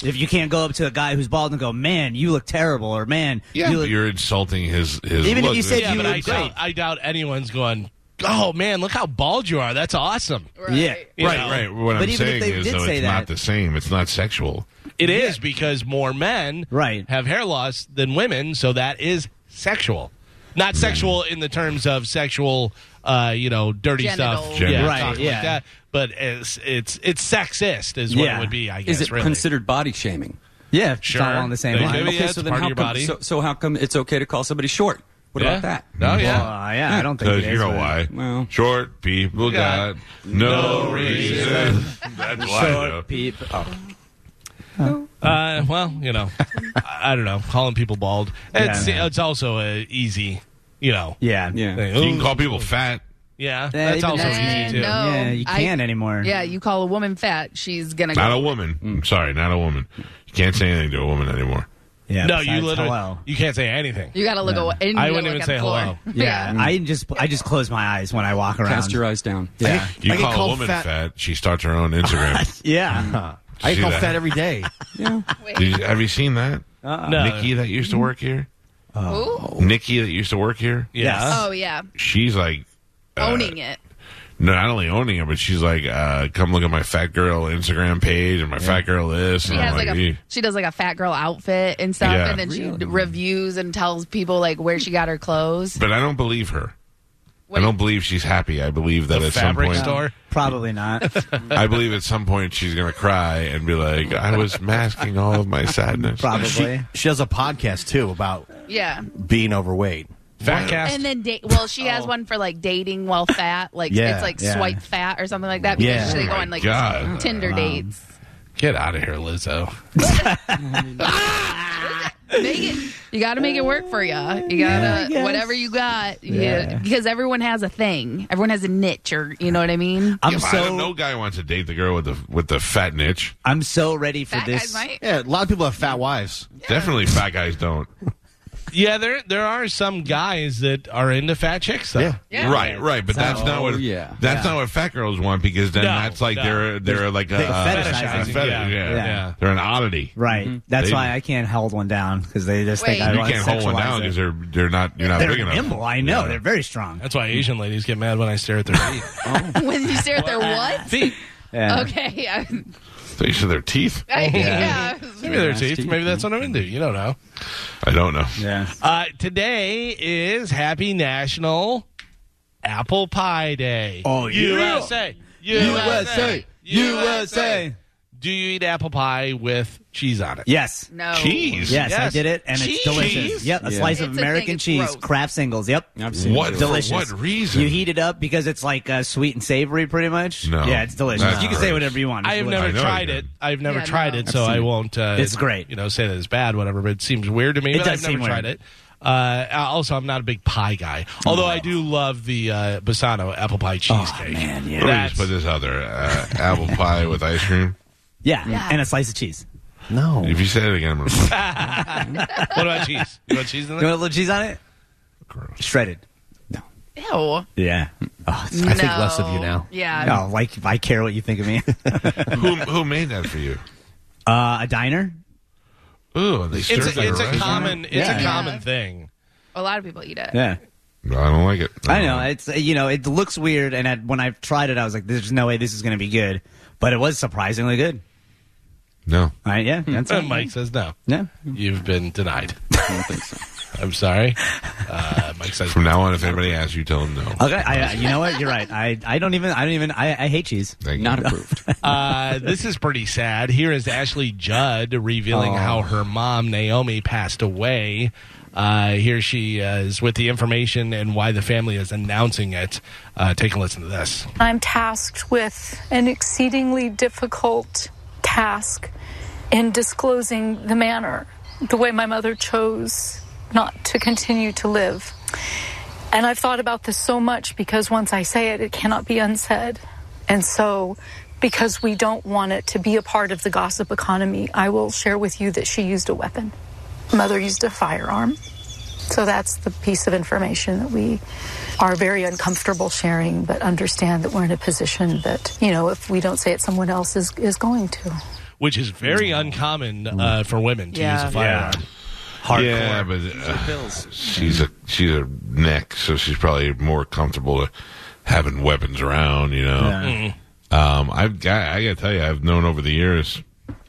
Speaker 6: If you can't go up to a guy who's bald and go, "Man, you look terrible," or "Man,
Speaker 2: Yeah,
Speaker 6: you
Speaker 2: but
Speaker 6: look,"
Speaker 2: you're insulting his his.
Speaker 6: Even if
Speaker 2: look.
Speaker 6: you said
Speaker 5: Yeah,
Speaker 6: you
Speaker 5: but
Speaker 6: would
Speaker 5: I
Speaker 6: say-
Speaker 5: doubt, I doubt anyone's going, oh, man, look how bald you are. That's awesome.
Speaker 7: Right.
Speaker 6: yeah,
Speaker 5: You
Speaker 2: Right,
Speaker 5: know?
Speaker 2: right. What
Speaker 6: But
Speaker 2: I'm
Speaker 6: even if
Speaker 2: saying
Speaker 6: they
Speaker 2: is,
Speaker 6: did
Speaker 2: though,
Speaker 6: say
Speaker 2: it's
Speaker 6: that-
Speaker 2: not the same. It's not sexual.
Speaker 5: It is because more men
Speaker 6: Right.
Speaker 5: have hair loss than women, so that is sexual. Not sexual in the terms of sexual, uh, you know, dirty
Speaker 7: Genital.
Speaker 5: stuff,
Speaker 2: Genital.
Speaker 5: yeah,
Speaker 6: Right,
Speaker 5: stuff
Speaker 6: yeah.
Speaker 5: like that. But it's it's it's sexist is what
Speaker 6: Yeah.
Speaker 5: it would be. I guess
Speaker 9: Is it
Speaker 5: really.
Speaker 9: considered body shaming?
Speaker 6: yeah, it's
Speaker 5: Sure.
Speaker 6: all along the same
Speaker 5: They
Speaker 6: line.
Speaker 5: do,
Speaker 6: Well,
Speaker 5: yeah. it's part of
Speaker 9: how
Speaker 5: your
Speaker 9: come,
Speaker 5: body.
Speaker 9: So, so how come it's okay to call somebody short? What
Speaker 5: Yeah.
Speaker 9: about that?
Speaker 5: No, yeah.
Speaker 6: uh, yeah, I don't think
Speaker 2: Because
Speaker 6: it is,
Speaker 2: you know
Speaker 6: but-
Speaker 2: why?
Speaker 9: Well-
Speaker 2: Short people
Speaker 5: Got
Speaker 2: got, no reason. That's why. though.
Speaker 9: oh.
Speaker 5: Uh, well, you
Speaker 6: *laughs*
Speaker 5: know, I, I don't know. Calling people bald. It's
Speaker 6: Yeah.
Speaker 5: it's also a easy, you know.
Speaker 6: Yeah,
Speaker 9: Yeah.
Speaker 5: thing.
Speaker 2: You can
Speaker 5: Ooh,
Speaker 2: call people fat.
Speaker 5: yeah,
Speaker 6: Yeah,
Speaker 5: that's
Speaker 6: even
Speaker 5: also
Speaker 6: that's-
Speaker 5: easy too.
Speaker 7: No,
Speaker 6: yeah. You
Speaker 7: I-
Speaker 6: can't anymore.
Speaker 7: Yeah, you call a woman fat, she's gonna
Speaker 2: Not a
Speaker 7: go.
Speaker 2: woman. I'm sorry, not a woman. You can't say anything to a woman anymore.
Speaker 6: yeah.
Speaker 5: No,
Speaker 6: besides
Speaker 5: you literally
Speaker 6: hello.
Speaker 5: you can't say anything.
Speaker 7: You gotta look away. and you
Speaker 5: I
Speaker 7: gotta
Speaker 5: wouldn't even
Speaker 7: look at
Speaker 5: say
Speaker 7: the floor.
Speaker 5: hello.
Speaker 6: Yeah, I just I just close my eyes when I walk around.
Speaker 9: Cast your eyes down.
Speaker 6: Yeah,
Speaker 2: You
Speaker 4: I get
Speaker 2: call a
Speaker 4: called
Speaker 2: woman fat.
Speaker 4: fat-
Speaker 2: she starts her own Instagram.
Speaker 9: *laughs*
Speaker 6: yeah.
Speaker 4: I
Speaker 2: See
Speaker 4: call
Speaker 5: *laughs*
Speaker 2: that?
Speaker 4: fat every day.
Speaker 2: Did you- have you seen that? Uh-uh. No. Nikki that used to work here.
Speaker 7: Oh.
Speaker 2: Nikki that used to work here.
Speaker 7: Yes. Oh, yeah.
Speaker 2: She's like uh,
Speaker 7: Owning it.
Speaker 2: not only owning it, but she's like, uh, come look at my fat girl Instagram page and my fat girl this.
Speaker 7: She
Speaker 2: and I'm
Speaker 7: has like
Speaker 2: "Eh."
Speaker 7: a she does like a fat girl outfit and stuff,
Speaker 2: Yeah.
Speaker 7: and then she reviews and tells people like where she got her clothes.
Speaker 2: But I don't believe her. I don't believe she's happy. I believe that
Speaker 5: The
Speaker 2: at some
Speaker 5: fabric
Speaker 2: point,
Speaker 5: store?
Speaker 6: Probably not.
Speaker 2: *laughs* I believe at some point she's going to cry and be like, "I was masking all of
Speaker 6: *laughs*
Speaker 2: my sadness."
Speaker 4: She, she has a podcast too about
Speaker 7: Yeah.
Speaker 4: being overweight.
Speaker 2: Fat cast.
Speaker 7: And then, date well, she has one for like dating while fat, like
Speaker 4: Yeah,
Speaker 7: it's like
Speaker 4: yeah.
Speaker 7: swipe fat or something like that.
Speaker 4: Yeah.
Speaker 7: Because they
Speaker 4: Oh
Speaker 7: go
Speaker 4: my
Speaker 7: on like
Speaker 2: God.
Speaker 7: Tinder
Speaker 4: Wow.
Speaker 7: dates.
Speaker 5: Get out of here, Lizzo.
Speaker 7: Make it, you got to make it work for you. You
Speaker 5: Yeah,
Speaker 7: got
Speaker 5: I
Speaker 7: to
Speaker 5: guess.
Speaker 7: whatever you got,
Speaker 2: Yeah.
Speaker 7: yeah. Because everyone has a thing, everyone has a niche, or you know what I mean. *laughs*
Speaker 2: Yeah, but I don't- no guy wants to date the girl with the with the fat niche.
Speaker 6: I'm so ready for
Speaker 7: this. might-
Speaker 4: Yeah, a lot of people have fat wives.
Speaker 2: Definitely, fat guys don't.
Speaker 5: Yeah, there there are some guys that are into fat chicks though.
Speaker 2: Right, right, but that's not what.
Speaker 5: yeah.
Speaker 2: that's
Speaker 5: Yeah.
Speaker 2: not what fat girls want because then
Speaker 5: No,
Speaker 2: that's like
Speaker 5: no.
Speaker 2: they're they're like
Speaker 6: They
Speaker 2: a, uh,
Speaker 6: fetishize
Speaker 2: a
Speaker 6: it.
Speaker 2: fetish,
Speaker 6: Yeah.
Speaker 2: yeah.
Speaker 6: Yeah. Yeah.
Speaker 2: they're an oddity.
Speaker 6: Right. That's
Speaker 2: They-
Speaker 6: why I can't hold one down because they just
Speaker 2: you
Speaker 6: think I want to
Speaker 2: can't hold one
Speaker 6: sexualize
Speaker 2: down
Speaker 6: it.
Speaker 2: because they're they're not you're not
Speaker 6: They're
Speaker 2: big enough.
Speaker 6: nimble, I know.
Speaker 2: Yeah.
Speaker 6: They're very strong.
Speaker 5: That's why Asian ladies get mad when I stare at their feet.
Speaker 7: when you stare at their what?
Speaker 5: feet.
Speaker 7: Okay. *laughs* I,
Speaker 2: They should their teeth.
Speaker 7: I,
Speaker 5: Yeah.
Speaker 7: yeah.
Speaker 5: Maybe their teeth. Maybe that's what I'm into. You don't know.
Speaker 2: I don't know.
Speaker 6: Yeah.
Speaker 5: Uh, today is Happy National Apple Pie Day.
Speaker 6: Oh, yeah.
Speaker 5: USA, USA, USA. Do you eat apple pie with cheese on it?
Speaker 6: Yes.
Speaker 7: No.
Speaker 5: Cheese.
Speaker 6: Yes, I
Speaker 5: Yes.
Speaker 6: did it, and
Speaker 5: Cheese?
Speaker 6: it's delicious. Yep, a
Speaker 5: Yeah.
Speaker 6: slice
Speaker 5: It's
Speaker 6: of
Speaker 5: a thing,
Speaker 6: American
Speaker 5: it's
Speaker 6: cheese,
Speaker 5: gross.
Speaker 6: Kraft singles. Yep, I've
Speaker 2: seen What- it. for
Speaker 6: delicious.
Speaker 2: what reason?
Speaker 6: You heat it up because it's like uh, sweet and savory, pretty much.
Speaker 2: No.
Speaker 6: yeah, it's delicious.
Speaker 2: That's
Speaker 6: you can
Speaker 2: gross.
Speaker 6: say whatever you want. It's
Speaker 5: I have
Speaker 6: delicious.
Speaker 5: never
Speaker 2: I know
Speaker 5: tried
Speaker 2: you
Speaker 5: it. I've never
Speaker 7: Yeah,
Speaker 5: tried
Speaker 7: no.
Speaker 5: it, so
Speaker 6: I've seen
Speaker 5: I
Speaker 6: it.
Speaker 5: won't. Uh,
Speaker 6: It's great.
Speaker 5: You know, say that it's bad, whatever. But it seems weird to me.
Speaker 6: It
Speaker 5: but I've
Speaker 6: does
Speaker 5: never
Speaker 6: seem
Speaker 5: tried
Speaker 6: weird. Oh,
Speaker 5: it. Uh, also, I'm not a big pie guy. Although I do love the uh, Bassano apple pie cheesecake.
Speaker 6: man, yeah.
Speaker 2: Let me
Speaker 5: That's-
Speaker 2: just put this out there: uh, apple pie with ice cream.
Speaker 6: Yeah,
Speaker 7: Yeah.
Speaker 6: and a slice of cheese. Oh.
Speaker 4: No.
Speaker 2: If you say it again, I'm
Speaker 6: *laughs*
Speaker 2: gonna
Speaker 5: what about cheese? You want cheese in
Speaker 6: You
Speaker 5: there?
Speaker 6: want a little cheese on it?
Speaker 2: Gross.
Speaker 6: Shredded.
Speaker 7: Ew. No.
Speaker 6: Yeah.
Speaker 4: I think less of you now.
Speaker 7: Yeah.
Speaker 6: Oh, like I care what you think of me. *laughs* uh,
Speaker 2: who who made that for you?
Speaker 6: a diner?
Speaker 2: Ooh, and they
Speaker 5: It's
Speaker 2: stirred
Speaker 5: a,
Speaker 2: it
Speaker 5: it's a
Speaker 2: around.
Speaker 5: common. It's
Speaker 6: Yeah.
Speaker 5: a common
Speaker 7: Yeah.
Speaker 5: thing.
Speaker 7: A lot of people eat it.
Speaker 6: Yeah.
Speaker 2: No, I don't like it.
Speaker 6: I know it's uh, you know it looks weird, and I, when I tried it, I was like, "There's no way this is going to be good," but it was surprisingly good.
Speaker 2: No,
Speaker 6: All right? Yeah,
Speaker 5: *laughs*
Speaker 6: that's
Speaker 5: Uh,
Speaker 6: it.
Speaker 5: Mike says no.
Speaker 6: Yeah.
Speaker 5: You've been denied. I'm sorry. Uh, Mike says
Speaker 2: from now on, if anybody asks you, tell them no.
Speaker 6: Okay, I, I- you know what? You're right. I, I don't even. I don't even. I, I hate cheese.
Speaker 2: Thank you.
Speaker 9: Not approved.
Speaker 5: Uh, this is pretty sad. Here is Ashley Judd revealing how her mom, Naomi, passed away. Uh, here she uh, is with the information and why the family is announcing it. Uh, take a listen to this.
Speaker 10: I'm tasked with an exceedingly difficult task in disclosing the manner, the way my mother chose not to continue to live. And I've thought about this so much because once I say it, it cannot be unsaid. And so, because we don't want it to be a part of the gossip economy, I will share with you that she used a weapon. Mother used a firearm. So that's the piece of information that we are very uncomfortable sharing, but understand that we're in a position that, you know, if we don't say it, someone else is, is going to.
Speaker 5: Which is very uncommon uh, for women to
Speaker 7: Yeah.
Speaker 5: use a firearm.
Speaker 2: *laughs* Yeah, but uh, she's a she's a neck, so she's probably more comfortable to having weapons around. You know,
Speaker 5: Mm-hmm.
Speaker 2: um, I've got I got to tell you, I've known over the years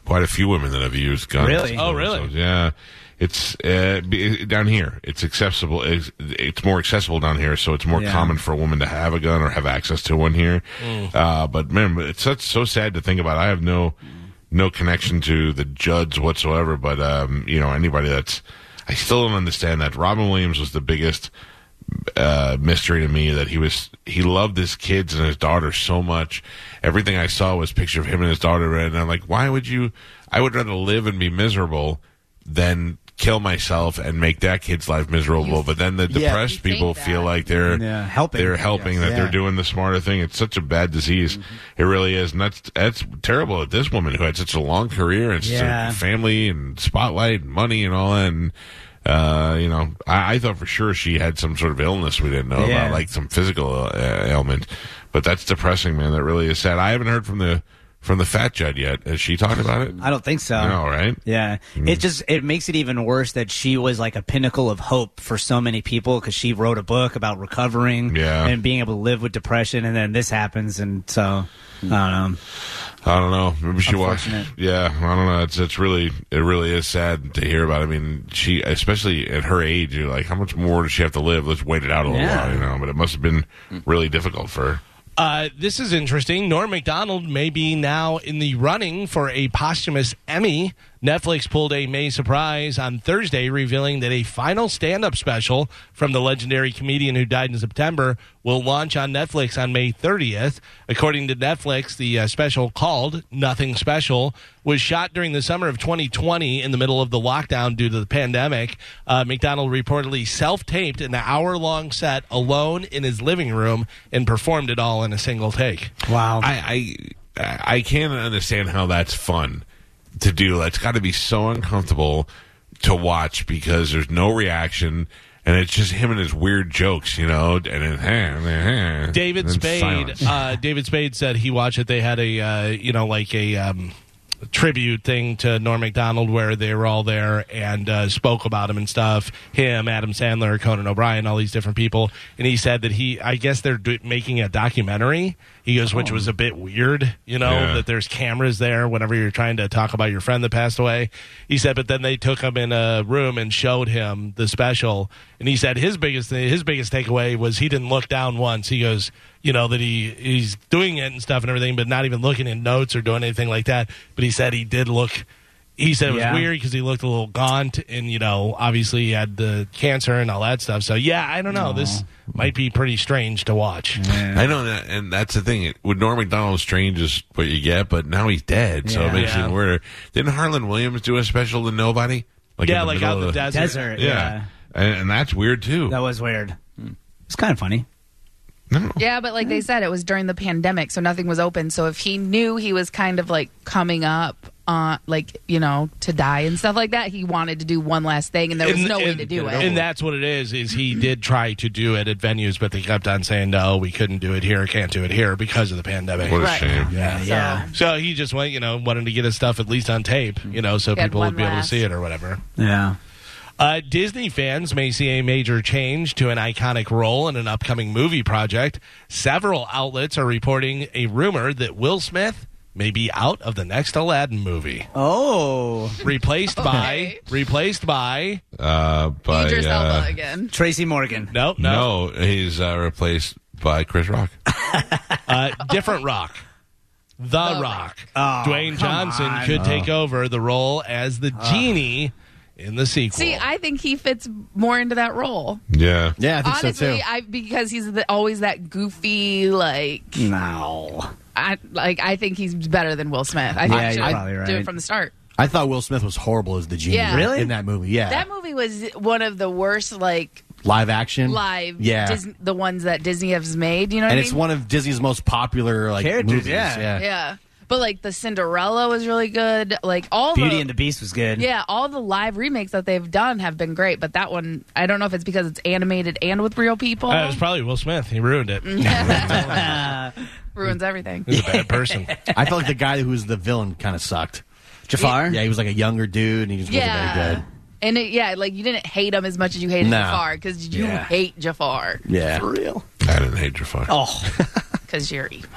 Speaker 2: quite a few women that have used guns.
Speaker 6: Really?
Speaker 5: Oh, really?
Speaker 2: Yeah. It's uh, be- down here. It's accessible. It's, it's more accessible down here, so it's more
Speaker 6: Yeah.
Speaker 2: common for a woman to have a gun or have access to one here. Uh, but man, it's such so sad to think about. I have no no connection to the Judds whatsoever. But um, you know, anybody that's I still don't understand that. Robin Williams was the biggest uh, mystery to me that he was he loved his kids and his daughter so much. Everything I saw was picture of him and his daughter, and I'm like, why would you? I would rather live and be miserable than kill myself and make that kid's life miserable. but then the depressed
Speaker 7: You think
Speaker 2: people
Speaker 7: that.
Speaker 2: feel like they're
Speaker 6: Yeah, helping.
Speaker 2: They're helping that they're
Speaker 6: Yeah.
Speaker 2: doing the smarter thing. It's such a bad disease.
Speaker 7: Mm-hmm.
Speaker 2: It really is, and that's that's terrible at this woman who had such a long career and such
Speaker 6: Yeah.
Speaker 2: a family and spotlight and money and all that. And, uh, you know, I, I thought for sure she had some sort of illness we didn't know
Speaker 6: Yeah.
Speaker 2: about, like some physical uh, ailment. But that's depressing, man. That really is sad. I haven't heard from the from the fat judge yet. Has she talked about it?
Speaker 6: I uh, don't think so.
Speaker 2: No, right?
Speaker 6: Yeah. It just it makes it even worse that she was like a pinnacle of hope for so many people because she wrote a book about recovering
Speaker 2: Yeah.
Speaker 6: and being able to live with depression, and then this happens, and so I don't know.
Speaker 2: I don't know. Maybe she was.
Speaker 6: Unfortunate.
Speaker 2: Yeah, I don't know. It's it's really it really is sad to hear about. I mean, she especially at her age, you're like, how much more does she have to live? Let's wait it out a little
Speaker 5: Yeah.
Speaker 2: while, you know. But it must have been really difficult for her.
Speaker 5: Uh, this is interesting. Norm MacDonald may be now in the running for a posthumous Emmy. Netflix pulled a May surprise on Thursday, revealing that a final stand up special from the legendary comedian who died in September will launch on Netflix on May 30th. According to Netflix, the uh, special called Nothing Special was shot during the summer of 2020 in the middle of the lockdown due to the pandemic. Uh, McDonald reportedly self taped an hour long set alone in his living room and performed it all in a single take.
Speaker 6: Wow.
Speaker 2: I I, I can't understand how that's fun to do. That's got to be so uncomfortable to watch because there's no reaction. And it's just him and his weird jokes, you know. And then,
Speaker 5: David
Speaker 2: eh, and
Speaker 5: Spade.
Speaker 2: silence.
Speaker 5: Uh, David Spade said he watched it. They had a uh, you know like a um, tribute thing to Norm Macdonald where they were all there and uh, spoke about him and stuff. Him, Adam Sandler, Conan O'Brien, all these different people. And he said that he, I guess they're do- making a documentary. He goes, which was a bit weird, you know,
Speaker 2: Oh. Yeah.
Speaker 5: that there's cameras there whenever you're trying to talk about your friend that passed away. He said, but then they took him in a room and showed him the special, and he said his biggest his biggest takeaway was he didn't look down once. He goes, you know, that he he's doing it and stuff and everything, but not even looking at notes or doing anything like that. But he said he did look. He said it was
Speaker 6: Yeah.
Speaker 5: weird because he looked a little gaunt, and you know, obviously he had the cancer and all that stuff. So yeah, I don't know. This might be pretty strange to watch.
Speaker 2: I know that, and that's the thing. With Norm Macdonald, strange is what you get, but now he's dead, so it
Speaker 5: Yeah.
Speaker 2: makes
Speaker 5: Yeah.
Speaker 2: it weirder. Didn't Harlan Williams do a special to nobody? in
Speaker 5: Yeah, like
Speaker 2: middle
Speaker 5: out in
Speaker 2: of
Speaker 5: the desert. Desert, yeah.
Speaker 2: And, and that's weird too.
Speaker 6: That was weird. It's kind of funny.
Speaker 7: Yeah, but like they said, it was during the pandemic, so nothing was open. So if he knew he was kind of like coming up, uh, like you know, to die and stuff like that, he wanted to do one last thing, and there was
Speaker 5: And-
Speaker 7: no way
Speaker 5: and-
Speaker 7: to do
Speaker 5: And
Speaker 7: it.
Speaker 5: that's what it is. Is he did try to do it at venues, but they kept on saying no, we couldn't do it here, can't do it here because of the pandemic.
Speaker 2: What a Right. shame.
Speaker 5: Yeah,
Speaker 7: Yeah.
Speaker 5: So, he just went, you know, wanted to get his stuff at least on tape, you know, so
Speaker 7: He had
Speaker 5: people would
Speaker 7: one
Speaker 5: be able to
Speaker 7: last.
Speaker 5: see it or whatever.
Speaker 6: Yeah.
Speaker 5: Uh, Disney fans may see a major change to an iconic role in an upcoming movie project. Several outlets are reporting a rumor that Will Smith may be out of the next Aladdin movie,
Speaker 6: Oh,
Speaker 5: replaced by replaced by
Speaker 2: Uh, by
Speaker 7: Idris
Speaker 2: uh,
Speaker 7: Elba again.
Speaker 6: Tracy Morgan.
Speaker 5: no no
Speaker 2: no, he's uh, replaced by Chris Rock.
Speaker 5: Uh, different Rock. The, Rock. Uh,
Speaker 7: Oh,
Speaker 5: Dwayne Johnson could take
Speaker 4: Oh.
Speaker 5: over the role as the genie in the sequel.
Speaker 7: See, I think he fits more into that role.
Speaker 2: Yeah,
Speaker 4: Yeah, I think so
Speaker 7: Honestly,
Speaker 4: too.
Speaker 7: I because he's the, always that goofy, like
Speaker 6: No.
Speaker 7: I like I think he's better than Will Smith. I think
Speaker 4: Yeah,
Speaker 7: he should
Speaker 4: you're probably
Speaker 7: do it
Speaker 4: right.
Speaker 7: from the start.
Speaker 4: I thought Will Smith was horrible as the genie.
Speaker 7: Yeah. Really?
Speaker 4: In that movie, yeah.
Speaker 7: That movie was one of the worst, like
Speaker 4: live action.
Speaker 7: live,
Speaker 4: Yeah.
Speaker 7: Disney, the ones that Disney has made. You know, what
Speaker 4: and
Speaker 7: I
Speaker 4: it's
Speaker 7: mean?
Speaker 4: one of Disney's most popular like
Speaker 6: Characters,
Speaker 4: movies.
Speaker 6: yeah.
Speaker 4: Yeah.
Speaker 7: Yeah. But like the Cinderella was really good. Like all
Speaker 6: Beauty
Speaker 7: the,
Speaker 6: and the Beast was good.
Speaker 7: Yeah, all the live remakes that they've done have been great, but that one I don't know if it's because it's animated and with real people.
Speaker 2: Oh,
Speaker 5: Uh, it was probably Will Smith. He ruined it. He's *laughs*
Speaker 7: ruins everything.
Speaker 5: a bad person.
Speaker 4: I felt like the guy who was the villain kind of sucked.
Speaker 6: Jafar.
Speaker 4: Yeah, he was like a younger dude, and he just wasn't very
Speaker 7: Yeah.
Speaker 4: good.
Speaker 7: And it, yeah, like you didn't hate him as much as you hated
Speaker 4: No.
Speaker 7: Jafar because you
Speaker 4: Yeah.
Speaker 7: hate Jafar
Speaker 4: Yeah,
Speaker 6: real.
Speaker 2: I didn't hate Jafar.
Speaker 6: Oh,
Speaker 7: because you're evil.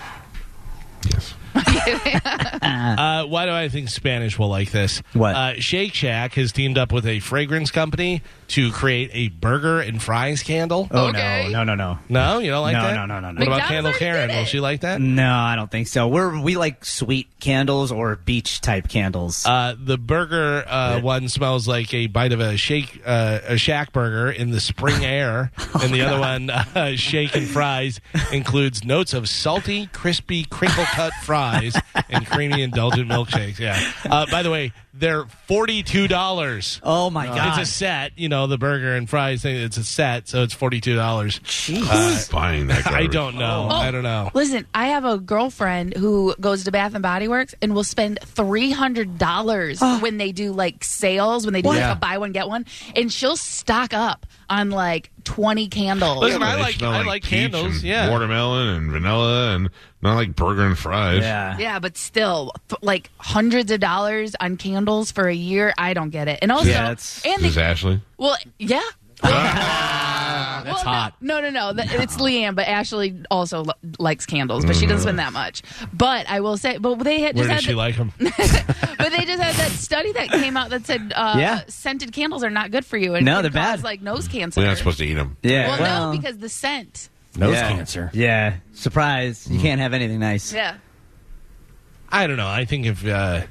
Speaker 2: Yes.
Speaker 5: Uh, why do I think Spanish will like this?
Speaker 6: What?
Speaker 5: Uh, Shake Shack has teamed up with a fragrance company to create a burger and fries candle.
Speaker 6: oh
Speaker 7: Okay.
Speaker 6: no, no, no, no.
Speaker 5: No, you don't like
Speaker 6: No,
Speaker 5: that?
Speaker 6: no, no, no, no.
Speaker 5: What about
Speaker 7: McDonald's
Speaker 5: Candle
Speaker 7: already
Speaker 5: Karen?
Speaker 7: did it.
Speaker 5: Will she like that?
Speaker 6: No, I don't think so. We're we like sweet candles or beach type candles.
Speaker 5: Uh, the burger uh, one smells like a bite of a shake uh, a shack burger in the
Speaker 7: *laughs*
Speaker 5: spring air,
Speaker 7: Oh,
Speaker 5: and the other one, uh, shake and fries, includes notes of salty, crispy, crinkle cut fries and creamy, indulgent milkshakes. Yeah. Uh, by the way, they're forty two dollars.
Speaker 6: oh my god.
Speaker 5: It's a set, you know, the burger and fries thing. It's a set, so it's forty two dollars.
Speaker 6: Jeez.
Speaker 2: Who's buying that.
Speaker 5: I
Speaker 2: garbage?
Speaker 5: don't know.
Speaker 7: Oh.
Speaker 5: I don't know.
Speaker 7: *laughs* Listen, I have a girlfriend who goes to Bath and Body Works and will spend three hundred dollars when they do like sales, when they do like a buy one get one, and she'll stock up on like twenty candles.
Speaker 5: Listen, I like, I like candles. Yeah.
Speaker 2: watermelon and vanilla, and not like burger and fries.
Speaker 7: Yeah, but still, f- like hundreds of dollars on candles for a year. I don't get it. And also,
Speaker 2: Yeah, it's-
Speaker 7: and
Speaker 2: Is
Speaker 7: they,
Speaker 2: Ashley?
Speaker 7: well, yeah. *laughs*
Speaker 2: That's hot.
Speaker 7: No, no, no. Th- It's Leanne, but Ashley also li- likes candles, but she doesn't spend that much. But I will say, but they had
Speaker 5: Where
Speaker 7: just
Speaker 5: did
Speaker 7: had
Speaker 5: she
Speaker 7: the-
Speaker 5: like them?
Speaker 7: *laughs* but they just had that study that came out that said uh,
Speaker 5: Yeah.
Speaker 7: scented candles are not good for you. And
Speaker 6: No,
Speaker 7: can
Speaker 6: they're
Speaker 7: cause,
Speaker 6: bad.
Speaker 7: Like nose cancer.
Speaker 2: We're not supposed to eat them.
Speaker 6: Yeah.
Speaker 7: Well, no, because the scent.
Speaker 6: Nose
Speaker 4: cancer.
Speaker 6: Yeah. Surprise. You can't have anything nice.
Speaker 7: Yeah.
Speaker 5: I don't know. I think if, uh,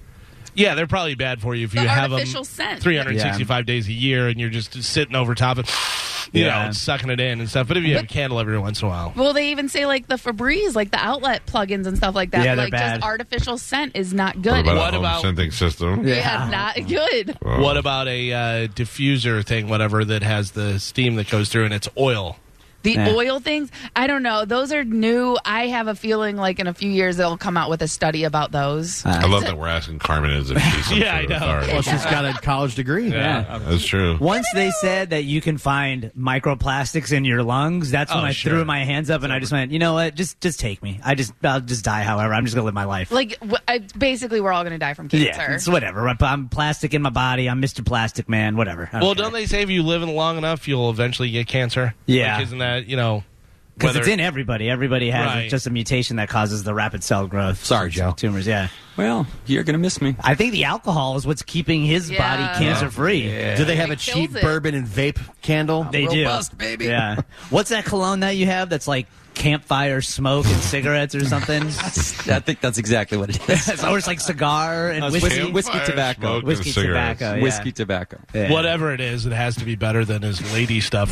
Speaker 5: yeah, they're probably bad for you if
Speaker 7: The
Speaker 5: you have them
Speaker 7: artificial scent.
Speaker 5: 365 days a year and you're just sitting over top of, you
Speaker 6: Yeah.
Speaker 5: know, sucking it in and stuff. But if you have a
Speaker 7: But-
Speaker 5: candle every once in a while,
Speaker 7: Well, they even say like the Febreze, like the outlet plugins and stuff like that.
Speaker 5: Yeah, they're
Speaker 7: like
Speaker 5: bad.
Speaker 7: just artificial scent is not good.
Speaker 2: What about
Speaker 5: What
Speaker 2: a home
Speaker 5: about-
Speaker 2: scenting system? Oh.
Speaker 7: yeah. not good.
Speaker 5: What about a uh, diffuser thing, whatever that has the steam that goes through and it's oil?
Speaker 7: The
Speaker 5: Yeah.
Speaker 7: oil things, I don't know. Those are new. I have a feeling like in a few years they'll come out with a study about those.
Speaker 2: I love that we're asking Carmen is if
Speaker 5: *laughs*
Speaker 2: she's some
Speaker 5: Yeah,
Speaker 2: sort
Speaker 5: I
Speaker 2: of
Speaker 5: know.
Speaker 2: authority.
Speaker 6: Well, she's got
Speaker 4: a college degree.
Speaker 6: Yeah.
Speaker 2: That's true.
Speaker 6: Once they said that you can find microplastics in your lungs, that's when
Speaker 5: Oh,
Speaker 6: I
Speaker 5: sure.
Speaker 6: threw my hands up and I just went, you know what? Just just take me. I just I'll just die. However, I'm just gonna live my life.
Speaker 7: Like w- I, basbasically, we're all going to die from cancer.
Speaker 6: Yeah, *laughs* it's whatever. I'm- I'm plastic in my body. I'm Mr. Plastic Man. Whatever. I don't
Speaker 5: Well, don't they say if you live in long enough, you'll eventually get cancer?
Speaker 6: Yeah.
Speaker 5: Like, isn't that, you know,
Speaker 6: Because
Speaker 5: whether-
Speaker 6: it's in everybody. Everybody has
Speaker 5: Right.
Speaker 6: just a mutation that causes the rapid cell growth. Sorry, Joe. Tumors, yeah.
Speaker 9: Well, you're going to miss me.
Speaker 6: I think the alcohol is what's keeping his
Speaker 7: Yeah.
Speaker 6: body cancer free.
Speaker 9: Yeah.
Speaker 4: Do they have a cheap bourbon and vape candle?
Speaker 6: They do. Yeah. What's that cologne that you have that's like campfire smoke and cigarettes or something? *laughs*
Speaker 9: *laughs* I think *laughs* that's exactly what
Speaker 4: *laughs*
Speaker 9: it is.
Speaker 6: it's always like cigar and
Speaker 9: That's
Speaker 6: whiskey.
Speaker 9: whiskey- whiskey tobacco. Smoke and
Speaker 6: Whiskey
Speaker 9: cigarettes.
Speaker 4: Oh,
Speaker 6: tobacco. Yeah.
Speaker 9: Whiskey tobacco.
Speaker 5: whatever it is, it has to be better than his lady stuff.
Speaker 7: *laughs*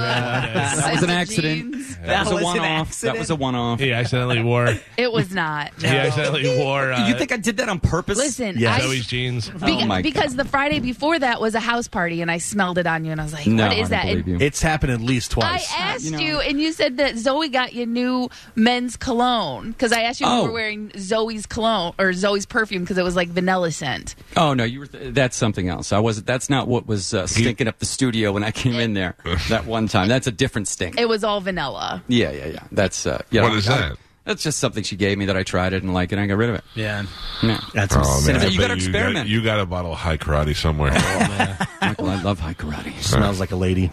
Speaker 9: That was an accident. That, was, a one-off. That was a one-off.
Speaker 5: He accidentally wore.
Speaker 7: It was not.
Speaker 5: He accidentally wore. Uh,
Speaker 9: you think I did that on purpose?
Speaker 7: Listen, Yeah. I-
Speaker 5: Zoe's jeans?
Speaker 7: Be- because the Friday before that was a house party, and I smelled it on you, and I was like, "What is that?" And
Speaker 4: It's happened at least
Speaker 7: I
Speaker 4: twice.
Speaker 7: asked you, and you said that Zoe got you new men's cologne because I asked you if you
Speaker 9: Oh.
Speaker 7: were wearing Zoe's cologne or Zoe's perfume because it was like vanilla scent.
Speaker 9: Oh no, you were. Th- that's something else. I wasn't. That's not what was uh, stinking up the studio when I came in there that one time. That's a different stink.
Speaker 7: It was all vanilla.
Speaker 9: Yeah, yeah, yeah. That's uh, yeah.
Speaker 2: What is
Speaker 9: I-
Speaker 2: that?
Speaker 9: That's just something she gave me that I tried it and liked it. and I got rid of it.
Speaker 6: Yeah.
Speaker 9: Yeah.
Speaker 6: That's
Speaker 2: Oh, man, I
Speaker 9: Cinnamon. You
Speaker 2: bet
Speaker 9: got to
Speaker 2: You got,
Speaker 9: experiment.
Speaker 2: you got a bottle of high karate somewhere.
Speaker 9: Michael, I love high karate.
Speaker 4: Smells like a lady.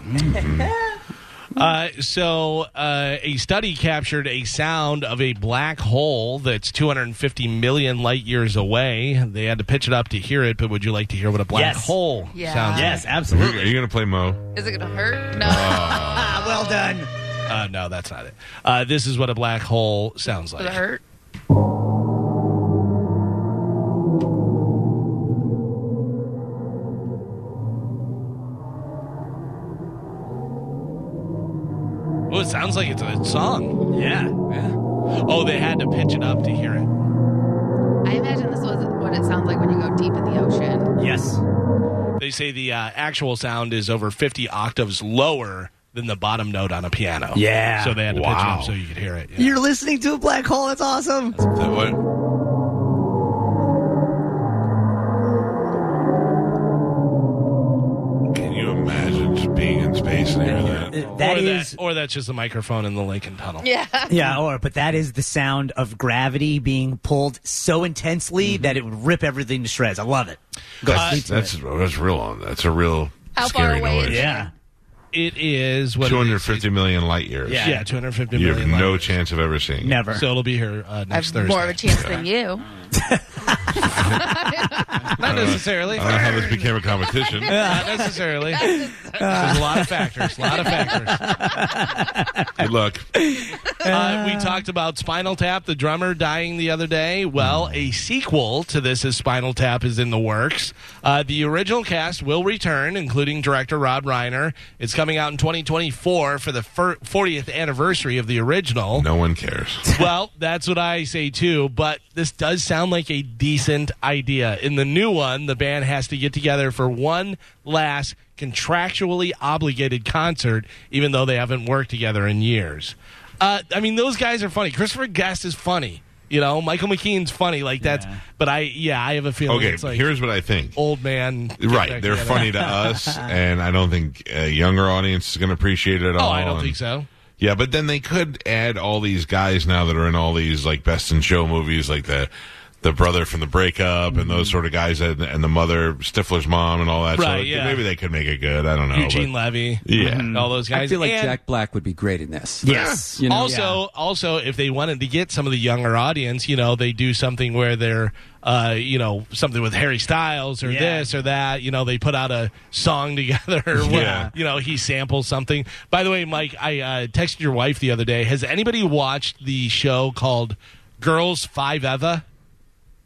Speaker 5: Uh, so, uh, a study captured a sound of a black hole that's 250 million light years away. They had to pitch it up to hear it, but would you like to hear what a black
Speaker 6: Yes.
Speaker 5: hole
Speaker 7: Yeah.
Speaker 5: sounds
Speaker 6: Yes,
Speaker 2: Are
Speaker 6: absolutely.
Speaker 2: you going to play Mo?
Speaker 7: Is it gonna hurt? No.
Speaker 6: Ah, well done.
Speaker 5: like? Uh, no, that's not it. Uh, this is what a black hole sounds
Speaker 7: *laughs* Does
Speaker 5: like.
Speaker 7: it hurt?
Speaker 5: Oh, it sounds like it's a song.
Speaker 6: Yeah.
Speaker 9: Yeah.
Speaker 5: Oh, they had to pitch it up to hear it.
Speaker 7: I imagine this was what it sounds like when you go deep in the ocean.
Speaker 6: Yes.
Speaker 5: They say the uh, actual sound is over 50 octaves lower than the bottom note on a piano.
Speaker 6: Yeah.
Speaker 5: So they had to pitch it
Speaker 2: Wow.
Speaker 5: up so you could hear it. yeah.
Speaker 6: You're listening to a black hole. That's awesome.
Speaker 2: Is that what? Can you imagine just being in space and hearing that?
Speaker 6: That
Speaker 5: or,
Speaker 6: is.
Speaker 5: that, or that's just the microphone in the Lincoln Tunnel.
Speaker 7: Yeah.
Speaker 6: Yeah, or but that is the sound of gravity being pulled so intensely that it would rip everything to shreds. I love it.
Speaker 2: That's, that's, that's real. That's a real
Speaker 7: How far
Speaker 2: scary
Speaker 7: away is
Speaker 2: noise.
Speaker 7: it?
Speaker 6: Yeah.
Speaker 5: It is what it is.
Speaker 2: 250 million light years.
Speaker 5: Yeah, 250
Speaker 2: You
Speaker 5: million.
Speaker 2: have no
Speaker 5: light years.
Speaker 2: chance of ever seeing it.
Speaker 6: Never.
Speaker 5: So it'll be here uh,
Speaker 7: I
Speaker 5: next
Speaker 7: have
Speaker 5: Thursday.
Speaker 7: more of a chance than you.
Speaker 5: Not necessarily.
Speaker 2: Uh, I don't know *laughs* how this became a competition.
Speaker 5: Not necessarily. *laughs* There's a lot of factors. A lot of factors.
Speaker 2: Good luck.
Speaker 5: Uh, we talked about Spinal Tap, the drummer dying the other day. Well, a sequel to this is Spinal Tap is in the works. Uh, the original cast will return, including director Rob Reiner. It's coming out in 2024 for the fir- 40th anniversary of the original.
Speaker 2: No one cares.
Speaker 5: *laughs* well, that's what I say too, but this does sound like a decent idea. In the new one, the band has to get together for one last contractually obligated concert, even though they haven't worked together in years. Uh, I mean, those guys are funny. Christopher Guest is funny. You know, Michael McKean's funny like that's. But I, yeah, I have a feeling.
Speaker 2: Okay,
Speaker 5: it's like
Speaker 2: here's what I think.
Speaker 5: Old man, get
Speaker 2: Right,
Speaker 5: back
Speaker 2: they're
Speaker 5: together.
Speaker 2: funny to
Speaker 5: *laughs*
Speaker 2: us, and I don't think a younger audience is going to appreciate it at
Speaker 5: Oh,
Speaker 2: all.
Speaker 5: I don't
Speaker 2: and-
Speaker 5: think so.
Speaker 2: Yeah, but then they could add all these guys now that are in all these like best in show movies, like the the brother from the breakup and those sort of guys, and, and the mother Stifler's mom and all that. so
Speaker 5: Mm-hmm. Right, yeah.
Speaker 2: maybe they could make it good. I don't know.
Speaker 5: Eugene
Speaker 2: Oh, but-
Speaker 5: Levy,
Speaker 2: Yeah.
Speaker 5: all those guys.
Speaker 9: Mm-hmm. I feel like
Speaker 5: And-
Speaker 9: Jack Black would be great in this. You know?
Speaker 5: Also, also, if they wanted to get some of the younger audience, you know, they do something where they're, uh, you know, something with Harry Styles or
Speaker 11: Yeah.
Speaker 5: this or that. You know, they put out a song *laughs* together. Or
Speaker 11: Yeah.
Speaker 5: you know, he samples something. By the way, Mike, I uh, texted your wife the other day. Has anybody watched the show called Girls Five Eva?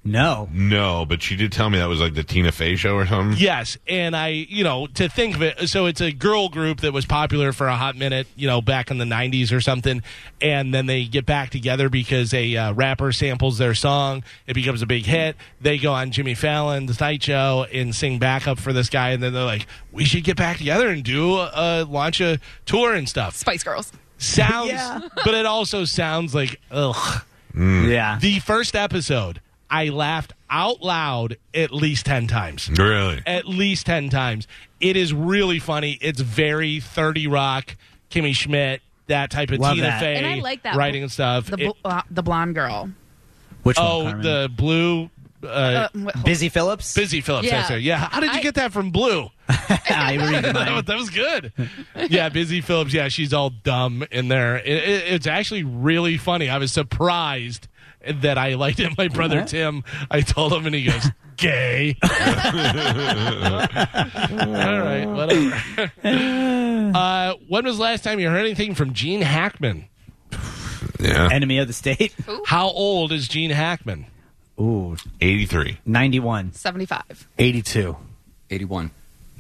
Speaker 6: No,
Speaker 2: no, but she did tell me that was like the Tina Fey show or something.
Speaker 5: Yes, and I, you know, to think of it, so it's a girl group that was popular for a hot minute, you know, back in the '90s or something, and then they get back together because a uh, rapper samples their song, it becomes a big hit. They go on Jimmy Fallon's night show and sing backup for this guy, and then they're like, "We should get back together and do uh, launch a tour and stuff."
Speaker 7: Spice Girls.
Speaker 5: Sounds,
Speaker 7: Yeah.
Speaker 5: but it also sounds like ugh.
Speaker 6: Yeah.
Speaker 5: The first episode, I laughed out loud at least 10 times.
Speaker 2: Really?
Speaker 5: At least 10 times. It is really funny. It's very 30 Rock, Kimmy Schmidt, that type of
Speaker 7: Love
Speaker 5: Tina
Speaker 7: that.
Speaker 5: Fey
Speaker 7: And I like that.
Speaker 5: writing and stuff.
Speaker 7: The,
Speaker 5: It-
Speaker 7: bl- uh, the blonde girl.
Speaker 6: Which
Speaker 7: one,
Speaker 5: Oh,
Speaker 7: Carmen?
Speaker 5: the blue. Uh,
Speaker 7: Uh, what-
Speaker 6: Busy Phillips? *laughs*
Speaker 5: Busy Phillips,
Speaker 7: Yeah.
Speaker 5: that's her. Yeah. How did you
Speaker 7: I-
Speaker 5: get that from Blue?
Speaker 6: I
Speaker 5: *laughs*
Speaker 6: Ah, read
Speaker 5: that, was,
Speaker 6: *laughs*
Speaker 5: that was good. *laughs* Yeah, Busy Phillips. Yeah, she's all dumb in there. It, it, it's actually really funny. I was surprised that I liked it. My brother
Speaker 11: What?
Speaker 5: Tim, I told him, and he goes, "Gay." all right, whatever. uh, when was the last time you heard anything from Gene Hackman?
Speaker 2: Yeah.
Speaker 6: Enemy of the state.
Speaker 5: How old is Gene Hackman?
Speaker 6: Ooh,
Speaker 2: 83.
Speaker 6: 91.
Speaker 7: 75.
Speaker 6: 82.
Speaker 9: 81.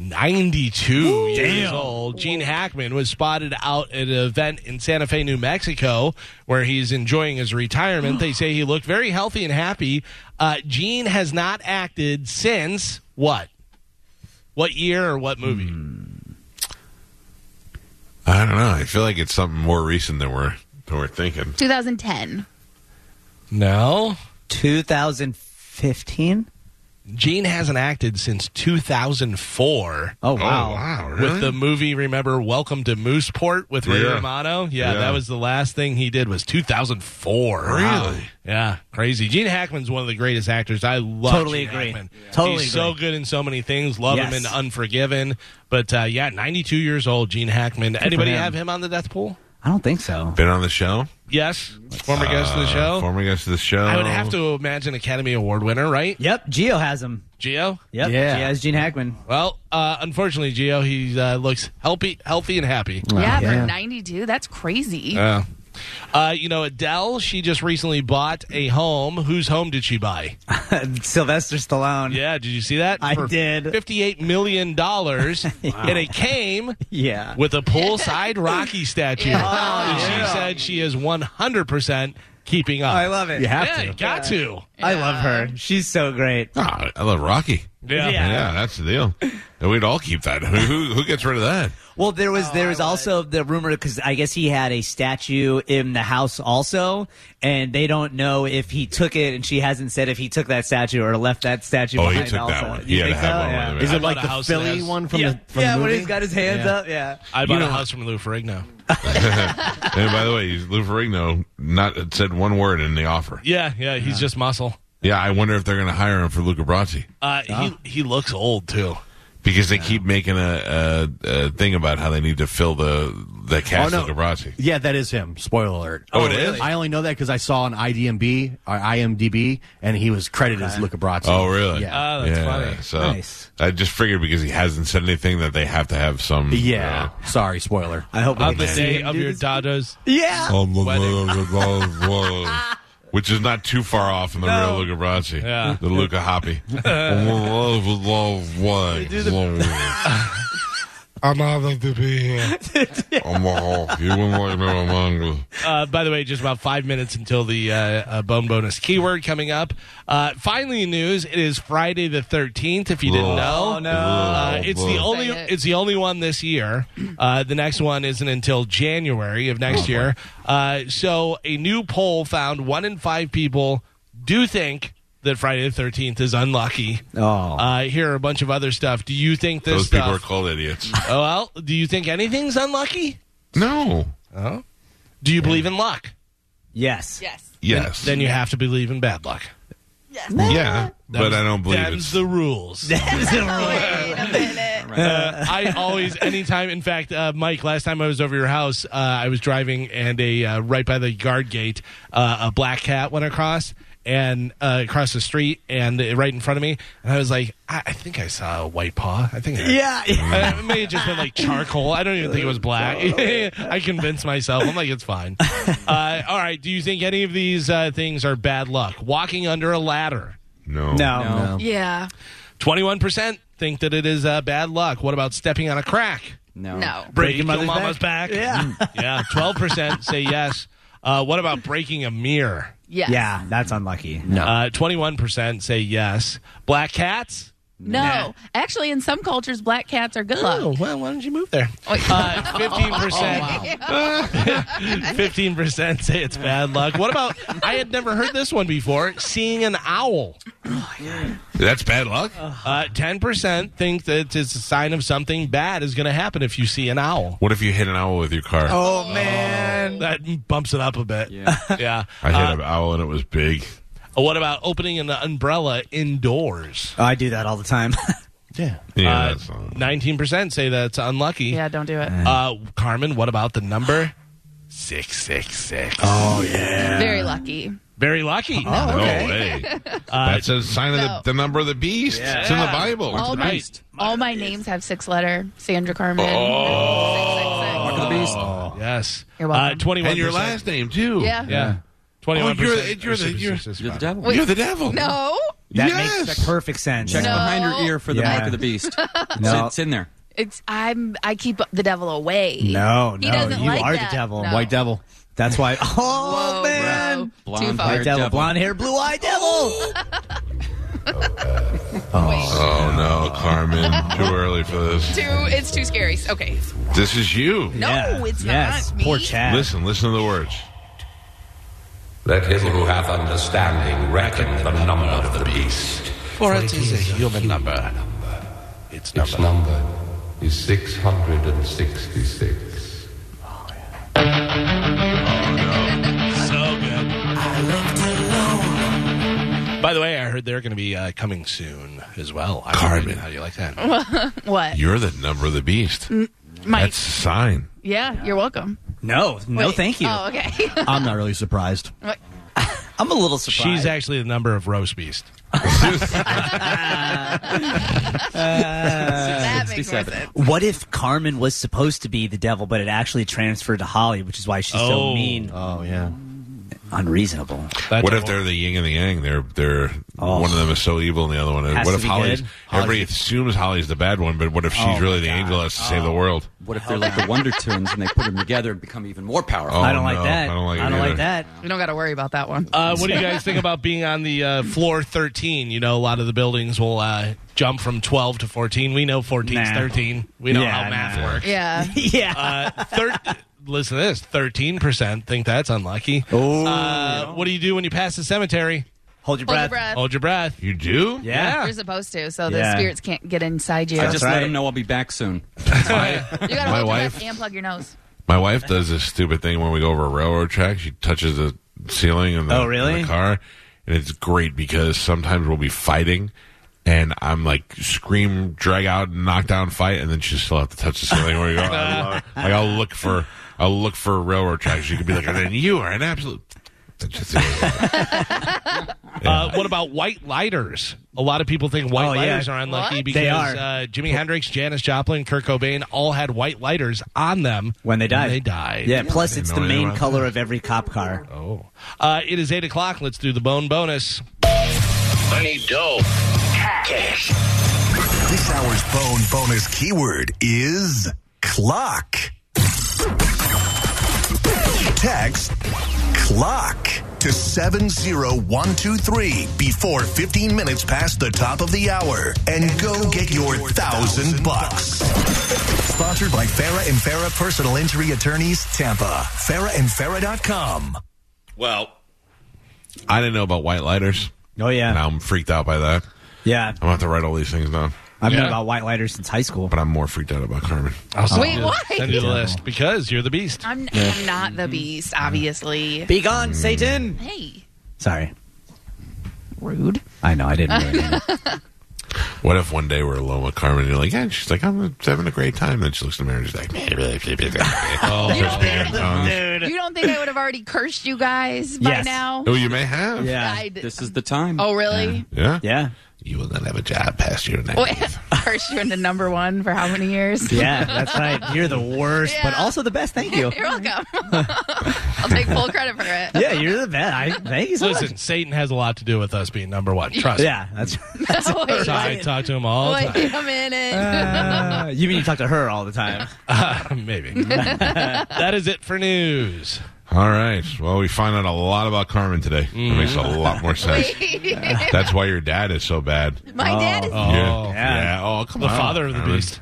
Speaker 5: 92 years old. Gene Hackman was spotted out at an event in Santa Fe, New Mexico, where he's enjoying his retirement. they say he looked very healthy and happy. Uh, Gene has not acted since what? What year or what movie?
Speaker 2: I don't know. I feel like it's something more recent than we're than we're thinking.
Speaker 7: 2010.
Speaker 5: No.
Speaker 6: 2015?
Speaker 5: Gene hasn't acted since 2004.
Speaker 6: Oh, wow.
Speaker 2: wow,
Speaker 5: With the movie, remember, Welcome to Mooseport with Ray
Speaker 2: Yeah.
Speaker 5: Romano? Yeah,
Speaker 2: Yeah.
Speaker 5: that was the last thing he did was 2004. Really? Yeah, crazy. Gene Hackman's one of the greatest actors. I love
Speaker 6: Totally
Speaker 5: Gene
Speaker 6: agree.
Speaker 5: Hackman.
Speaker 6: Totally
Speaker 5: He's so good in so many things. Love him
Speaker 6: Yes.
Speaker 5: in Unforgiven. But uh, yeah, 92 years old, Gene Hackman.
Speaker 6: for
Speaker 5: Anybody
Speaker 6: him.
Speaker 5: have him on the death pool?
Speaker 6: I don't think so.
Speaker 2: Been on the show?
Speaker 5: Yes. Former guest of the
Speaker 2: Uh,
Speaker 5: show?
Speaker 2: Former guest of the show.
Speaker 5: I would have to imagine Academy Award winner, right?
Speaker 6: Yep, Geo has him.
Speaker 5: Geo?
Speaker 6: Yep, yeah. Geo has Gene Hackman. *laughs*
Speaker 5: Well, uh, unfortunately, Gio, he uh, looks healthy, healthy and happy.
Speaker 7: yeah, for 92. That's crazy.
Speaker 5: Yeah. Uh, you know, Adele, she just recently bought a home. Whose home did she buy?
Speaker 6: Sylvester Stallone.
Speaker 5: Yeah, did you see that?
Speaker 6: I
Speaker 5: For
Speaker 6: did.
Speaker 5: $58 million.
Speaker 6: *laughs*
Speaker 5: And it came
Speaker 6: Yeah.
Speaker 5: with a poolside Rocky statue.
Speaker 6: Oh, Yeah.
Speaker 5: And She said she is 100% keeping up.
Speaker 6: I love it. You have
Speaker 5: Yeah,
Speaker 6: to.
Speaker 5: you got to.
Speaker 6: I love her. She's so great.
Speaker 2: Ah, I love Rocky.
Speaker 5: Yeah.
Speaker 2: yeah, that's the deal. And we'd all keep that. Who, who who gets rid of that? *laughs*
Speaker 6: Well, there was there was also the rumor because I guess he had a statue in the house also, and they don't know if he took it, and she hasn't said if he took that statue or left that statue.
Speaker 2: Oh, he
Speaker 6: behind
Speaker 2: took that
Speaker 6: also.
Speaker 2: one.
Speaker 6: You
Speaker 2: He had to
Speaker 6: think
Speaker 4: Oh,
Speaker 2: have
Speaker 6: so?
Speaker 2: one with
Speaker 6: Yeah.
Speaker 2: him.
Speaker 4: Is
Speaker 5: I
Speaker 4: it like
Speaker 5: bought a
Speaker 4: the
Speaker 5: house that
Speaker 4: Philly
Speaker 5: has-
Speaker 4: one from
Speaker 6: yeah,
Speaker 4: the from
Speaker 6: yeah
Speaker 4: the
Speaker 6: when
Speaker 4: movie?
Speaker 6: he's got his hands
Speaker 4: Yeah.
Speaker 6: up. Yeah,
Speaker 5: I bought
Speaker 4: You
Speaker 5: a
Speaker 4: know-
Speaker 5: house from Lou Ferrigno.
Speaker 2: And by the way, Lou Ferrigno not said one word in the offer.
Speaker 5: Yeah, yeah, he's just muscle.
Speaker 2: Yeah, I wonder if they're going to hire him for Luca Brasi
Speaker 5: Uh, He he looks old too.
Speaker 2: because they keep making a, a, a thing about how they need to fill the the cast
Speaker 4: Oh,
Speaker 2: of
Speaker 4: no.
Speaker 2: Luca Brasi.
Speaker 4: Yeah, that is him. Spoiler alert.
Speaker 2: Oh, it is?
Speaker 4: I only know that because I saw an IDMB or IMDb, and he was credited as Luca Brasi.
Speaker 2: Oh, really?
Speaker 4: Yeah.
Speaker 5: Oh, that's
Speaker 2: Yeah,
Speaker 5: funny.
Speaker 2: So
Speaker 6: Nice.
Speaker 2: I just figured because he hasn't said anything that they have to have some.
Speaker 4: yeah. Sorry, spoiler.
Speaker 6: I hope.
Speaker 5: On the
Speaker 6: see
Speaker 5: day
Speaker 6: him
Speaker 5: of
Speaker 6: do
Speaker 5: your
Speaker 6: this.
Speaker 5: dadas.
Speaker 2: *laughs*
Speaker 6: Yeah,
Speaker 5: *laughs*
Speaker 2: uh, Which is not too far off from the
Speaker 6: No.
Speaker 2: real Luca Brasi.
Speaker 5: Yeah.
Speaker 2: The
Speaker 5: *laughs*
Speaker 2: Luca Hoppy.
Speaker 11: I'm honored to be here.
Speaker 2: *laughs*
Speaker 11: I'm a hawk. You wouldn't like me, I'm hungry.
Speaker 5: Uh, by the way, just about five minutes until the uh, uh, bone bonus keyword coming up. Uh, finally, in news: it is Friday the thirteenth. If you didn't
Speaker 11: Ugh.
Speaker 5: know,
Speaker 11: Oh, no.
Speaker 5: Uh,
Speaker 11: Ugh.
Speaker 5: it's the
Speaker 11: Ugh.
Speaker 5: only
Speaker 11: Say it.
Speaker 5: it's the only one this year. Uh, the next one isn't until January of
Speaker 11: Oh,
Speaker 5: next year. Uh, so, a new poll found one in five people do think that Friday the thirteenth is unlucky.
Speaker 6: Oh,
Speaker 5: Uh, here are a bunch of other stuff. Do you think this
Speaker 2: Those
Speaker 5: stuff?
Speaker 2: people are called idiots.
Speaker 5: Oh, well, do you think anything's unlucky?
Speaker 11: No.
Speaker 5: Oh. Do you believe in luck?
Speaker 6: Yes. *laughs*
Speaker 7: Yes.
Speaker 2: Yes.
Speaker 5: Then, then you have to believe in bad luck.
Speaker 2: yeah, but I don't believe
Speaker 5: Them's
Speaker 2: it's
Speaker 5: the rules.
Speaker 6: *laughs*
Speaker 5: Uh, I always, anytime. In fact, uh, Mike, last time I was over your house, uh, I was driving and a uh, right by the guard gate, uh, a black cat went across and uh, across the street and uh, right in front of me, and I was like, I, I think I saw a white paw. I think I-
Speaker 6: Yeah.
Speaker 5: Uh, it may have just been like charcoal. I don't even think it was black. *laughs* I convinced myself. I'm like, it's fine. Uh, all right. Do you think any of these uh, things are bad luck? Walking under a ladder.
Speaker 2: no.
Speaker 6: No.
Speaker 7: Yeah.
Speaker 5: 21% think that it is uh, bad luck. What about stepping on a crack?
Speaker 7: No.
Speaker 5: Breaking your mama's back? Mm. Yeah. 12% say yes. Uh, what about breaking a mirror?
Speaker 7: Yes.
Speaker 6: Yeah, that's unlucky.
Speaker 5: No. Uh, 21% say yes. Black cats?
Speaker 7: No. Actually, in some cultures, black cats are good luck.
Speaker 5: Oh, well, why don't you move there? Uh, 15%. *laughs* 15% say it's bad luck. What about, I had never heard this one before, seeing an owl?
Speaker 2: That's bad luck.
Speaker 5: Uh, 10% think that it's a sign of something bad is going to happen if you see an owl.
Speaker 2: What if you hit an owl with your car?
Speaker 6: Oh man.
Speaker 5: That bumps it up a bit. *laughs* Yeah.
Speaker 2: I hit an owl and it was big.
Speaker 5: Uh, What about opening an umbrella indoors?
Speaker 6: I do that all the time. *laughs*
Speaker 5: Yeah.
Speaker 2: Yeah,
Speaker 5: Uh,
Speaker 2: that's, uh,
Speaker 5: 19% say that's unlucky.
Speaker 7: Yeah, don't do it.
Speaker 5: Uh, Carmen, what about the number? 666.
Speaker 2: Oh yeah.
Speaker 7: Very lucky.
Speaker 5: Very lucky.
Speaker 7: Oh, *laughs*
Speaker 2: No way.
Speaker 6: Uh,
Speaker 2: That's a sign of the, the number of the beast. It's in the Bible.
Speaker 7: All my, all my names have six letter. Sandra Carmen.
Speaker 6: Oh.
Speaker 5: Yes.
Speaker 7: You're welcome.
Speaker 5: Oh. Uh, 21
Speaker 2: And your last name too.
Speaker 7: Yeah.
Speaker 5: Yeah. 21
Speaker 2: Oh, you're the- you're the- you're-
Speaker 9: You're the devil.
Speaker 7: Wait.
Speaker 2: You're the devil.
Speaker 7: No.
Speaker 6: That
Speaker 2: Yes.
Speaker 6: makes perfect sense.
Speaker 9: Check
Speaker 7: No.
Speaker 9: behind your ear for the
Speaker 6: Yeah.
Speaker 9: mark of
Speaker 4: *laughs*
Speaker 9: the beast. It's,
Speaker 6: No.
Speaker 9: it's in there.
Speaker 7: It's I'm I keep the devil away.
Speaker 6: No,
Speaker 7: He
Speaker 6: no,
Speaker 7: doesn't
Speaker 6: you
Speaker 7: like
Speaker 6: are
Speaker 7: that.
Speaker 6: the devil.
Speaker 7: No.
Speaker 4: White devil.
Speaker 6: That's
Speaker 7: *laughs*
Speaker 6: why.
Speaker 7: Whoa,
Speaker 6: Oh
Speaker 7: bro.
Speaker 6: man.
Speaker 7: Too
Speaker 9: Blonde
Speaker 7: far.
Speaker 9: hair
Speaker 6: White devil,
Speaker 9: devil.
Speaker 6: blonde hair, blue eye devil.
Speaker 2: Oh no, Carmen.
Speaker 7: *laughs*
Speaker 2: Too early for this.
Speaker 7: Too it's too scary. Okay.
Speaker 2: This is you.
Speaker 7: No, it's
Speaker 6: yes.
Speaker 7: not me.
Speaker 6: Poor Chad.
Speaker 2: Listen, listen to the words.
Speaker 12: Let him who hath understanding reckon the number of the beast.
Speaker 5: For it is a human number.
Speaker 12: Its number, is 666.
Speaker 5: So good. By the way, I heard they're going to be uh, coming soon as well. I don't
Speaker 2: Carmen.
Speaker 5: know How do you like that?
Speaker 7: What?
Speaker 2: You're the number of the beast.
Speaker 7: Mm. Mike.
Speaker 2: That's a sign.
Speaker 7: yeah, you're welcome.
Speaker 6: No, no,
Speaker 7: Wait.
Speaker 6: thank you.
Speaker 7: Oh, okay. *laughs*
Speaker 4: I'm not really surprised.
Speaker 6: I'm a little surprised.
Speaker 5: She's actually the number of roast beast.
Speaker 6: *laughs*
Speaker 7: that makes more
Speaker 9: 67.
Speaker 7: sense.
Speaker 6: what if Carmen was supposed to be the devil, but it actually transferred to Holly, which is why she's
Speaker 5: Oh.
Speaker 6: so mean,
Speaker 4: Oh yeah.
Speaker 6: unreasonable.
Speaker 5: That's
Speaker 2: what if
Speaker 5: all.
Speaker 2: they're the yin and the yang? They're they're
Speaker 6: Oh.
Speaker 2: one of them is so evil and the other one is.
Speaker 6: Has
Speaker 2: What
Speaker 6: to
Speaker 2: if
Speaker 6: be
Speaker 2: Holly's?
Speaker 6: good.
Speaker 2: Everybody assumes Holly's the bad one, but what if she's
Speaker 6: Oh,
Speaker 2: really the
Speaker 6: God. Oh.
Speaker 2: angel has to save the world?
Speaker 9: What if they're like the Wonder Twins and they put them together and become even more powerful?
Speaker 2: Oh,
Speaker 6: I don't like
Speaker 2: no.
Speaker 6: that.
Speaker 2: I don't like it either.
Speaker 6: that.
Speaker 7: We don't got to worry about that one.
Speaker 5: Uh, what do
Speaker 6: *laughs*
Speaker 5: you guys think about being on the uh, floor 13? You know, a lot of the buildings will uh, jump from 12 to 14. We know 14 is
Speaker 6: Nah.
Speaker 5: 13. We know
Speaker 6: Yeah,
Speaker 5: how math
Speaker 6: nah.
Speaker 5: works.
Speaker 7: *laughs* yeah.
Speaker 6: yeah.
Speaker 5: Uh, thir- listen to this 13% think that's unlucky.
Speaker 6: Oh.
Speaker 5: Uh, what do you do when you pass the cemetery?
Speaker 6: hold your
Speaker 7: Hold
Speaker 6: breath.
Speaker 7: your breath.
Speaker 5: Hold your breath. Oh,
Speaker 2: You do?
Speaker 6: Yeah.
Speaker 7: You're supposed to, so the
Speaker 6: Yeah.
Speaker 7: spirits can't get inside you.
Speaker 9: I just
Speaker 6: right.
Speaker 9: let them know I'll be back soon.
Speaker 7: you gotta
Speaker 2: My
Speaker 7: hold your
Speaker 2: wife-
Speaker 7: breath and plug your nose.
Speaker 2: My
Speaker 6: Uh,
Speaker 2: wife does this stupid thing when we go over a railroad track. She touches the ceiling in the,
Speaker 6: Oh, really?
Speaker 2: in the car, and it's great because sometimes we'll be fighting, and I'm like scream, drag out, knock down, fight, and then she still have to touch the ceiling. Where
Speaker 6: *laughs*
Speaker 2: we go, I love it. like I'll look for, I'll look for railroad tracks. She could be like, and then you are an absolute. *laughs* Touch the ceiling.
Speaker 5: Uh, what about white lighters? A lot of people think white
Speaker 6: Oh, yeah.
Speaker 5: lighters are unlucky
Speaker 7: What?
Speaker 5: because
Speaker 6: They are.
Speaker 5: Uh, Jimi Hendrix, Janis Joplin, Kurt Cobain all had white lighters on them
Speaker 6: When they died.
Speaker 5: they died.
Speaker 6: Yeah. Plus,
Speaker 2: didn't
Speaker 6: it's
Speaker 2: know
Speaker 6: the
Speaker 2: anything
Speaker 6: main
Speaker 2: about
Speaker 6: color of every cop car.
Speaker 5: Oh. Uh, it is 8 o'clock. Let's do the bone bonus.
Speaker 13: Money, dough, cash.
Speaker 3: This hour's bone bonus keyword is clock. Text clock to 70123 before 15 minutes past the top of the hour and go get your thousand bucks. Sponsored by Farah and Farah Personal Injury Attorneys, Tampa. FarahandFarah.com.
Speaker 2: Well, I didn't know about white lighters.
Speaker 6: Oh yeah.
Speaker 2: Now I'm freaked out by that.
Speaker 6: Yeah.
Speaker 2: I'm gonna have to write all these things down.
Speaker 6: I've known about white lighters since high school.
Speaker 2: But I'm more freaked out about Carmen.
Speaker 7: send Wait, you- why?
Speaker 5: Send you the list because you're the beast.
Speaker 7: *laughs* I'm,
Speaker 2: Yeah.
Speaker 7: I'm not the beast, obviously.
Speaker 6: Be gone, Satan.
Speaker 7: Hey.
Speaker 6: Sorry.
Speaker 7: Rude.
Speaker 6: I know. I didn't. Really
Speaker 2: *laughs*
Speaker 6: know.
Speaker 2: What if one day we're alone with Carmen and you're like, yeah, and she's like, I'm having a great time. And she looks at me and she's like, oh,
Speaker 7: You don't
Speaker 2: there's beer.
Speaker 7: You don't think I would have already cursed you guys by now?
Speaker 2: Oh, you may have.
Speaker 7: Yeah. I d- This
Speaker 2: is the time.
Speaker 7: Oh, really?
Speaker 2: Yeah.
Speaker 6: Yeah.
Speaker 2: You will not have a job past your name.
Speaker 7: Wait, *laughs* cursed you into number one for how many years?
Speaker 6: yeah, that's right. You're the worst, but also the best. Thank you.
Speaker 7: *laughs* You're welcome. *laughs* I'll take full credit for it.
Speaker 6: Yeah, you're the best. I, thank you so
Speaker 5: Listen,
Speaker 6: much.
Speaker 5: Satan has a lot to do with us being number one. Trust
Speaker 6: Yeah,
Speaker 5: me.
Speaker 6: that's.
Speaker 7: *laughs* Wait,
Speaker 5: So I talk to him all the time.
Speaker 7: wait a minute.
Speaker 6: Uh, you mean you talk to her all the time?
Speaker 5: Uh, *laughs* maybe.
Speaker 7: *laughs*
Speaker 5: that is it for news.
Speaker 2: All right. Well, we find out a lot about Carmen today. It makes a
Speaker 7: *laughs*
Speaker 2: lot more sense.
Speaker 7: Wait.
Speaker 2: That's why your dad is so bad.
Speaker 7: *laughs* My dad is-
Speaker 5: Uh, Oh,
Speaker 2: yeah.
Speaker 5: yeah.
Speaker 2: Yeah. Oh, come
Speaker 5: The
Speaker 2: on.
Speaker 5: father of the
Speaker 2: Carmen.
Speaker 5: beast.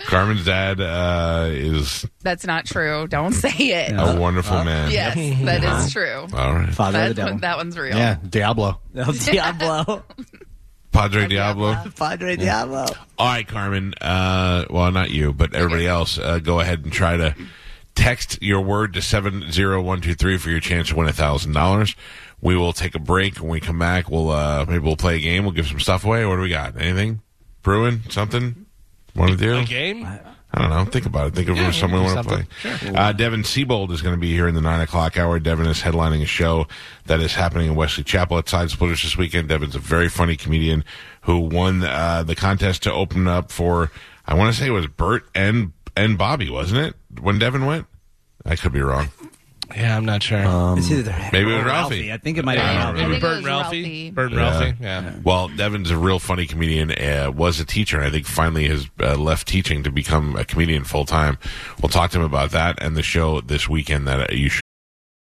Speaker 2: Carmen's dad uh, is
Speaker 7: That's not true. Don't say it.
Speaker 2: a wonderful
Speaker 5: *laughs*
Speaker 2: man.
Speaker 7: Yes, that is true.
Speaker 2: All right.
Speaker 4: Father
Speaker 7: That one- that one's real.
Speaker 4: Diablo.
Speaker 6: *laughs* Diablo.
Speaker 2: Padre Diablo.
Speaker 6: Padre Diablo.
Speaker 2: All right, Carmen. Uh, well, not you, but everybody else. Uh, go ahead and try to text your word to seven zero one two three for your chance to win a thousand dollars. We will take a break. When we come back, we'll uh, maybe we'll play a game. We'll give some stuff away. What do we got? Anything brewing? Something? Want to do?
Speaker 5: A game?
Speaker 2: I don't know. Think about it. Think of
Speaker 5: Yeah,
Speaker 2: something we want to play.
Speaker 5: something. Sure.
Speaker 2: Uh, Devin Siebold is going to be here in the 9 o'clock hour. Devin is headlining a show that is happening in Wesley Chapel at Side Splitters this weekend. Devin's a very funny comedian who won uh, the contest to open up for, I want to say it was Bert and, and Bobby, wasn't it? When Devin went? I could be wrong.
Speaker 5: Yeah, I'm not sure.
Speaker 2: Uh,
Speaker 4: Um,
Speaker 6: It's either the-
Speaker 2: Um, Maybe it was
Speaker 6: or
Speaker 2: Ralphie.
Speaker 6: I think it might have
Speaker 2: Yeah,
Speaker 6: been Ralphie.
Speaker 5: Maybe
Speaker 7: think it
Speaker 5: Bert
Speaker 7: was
Speaker 5: and Ralphie.
Speaker 7: Ralphie.
Speaker 5: Bert and Ralphie. Yeah.
Speaker 2: Well, Devin's a real funny comedian. Uh, was a teacher, and I think finally has uh, left teaching to become a comedian full time. We'll talk to him about that and the show this weekend that uh, you should.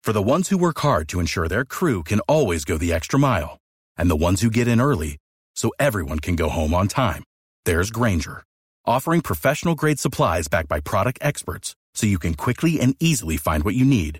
Speaker 13: For the ones who work hard to ensure their crew can always go the extra mile, and the ones who get in early so everyone can go home on time, there's Granger, offering professional grade supplies backed by product experts so you can quickly and easily find what you need.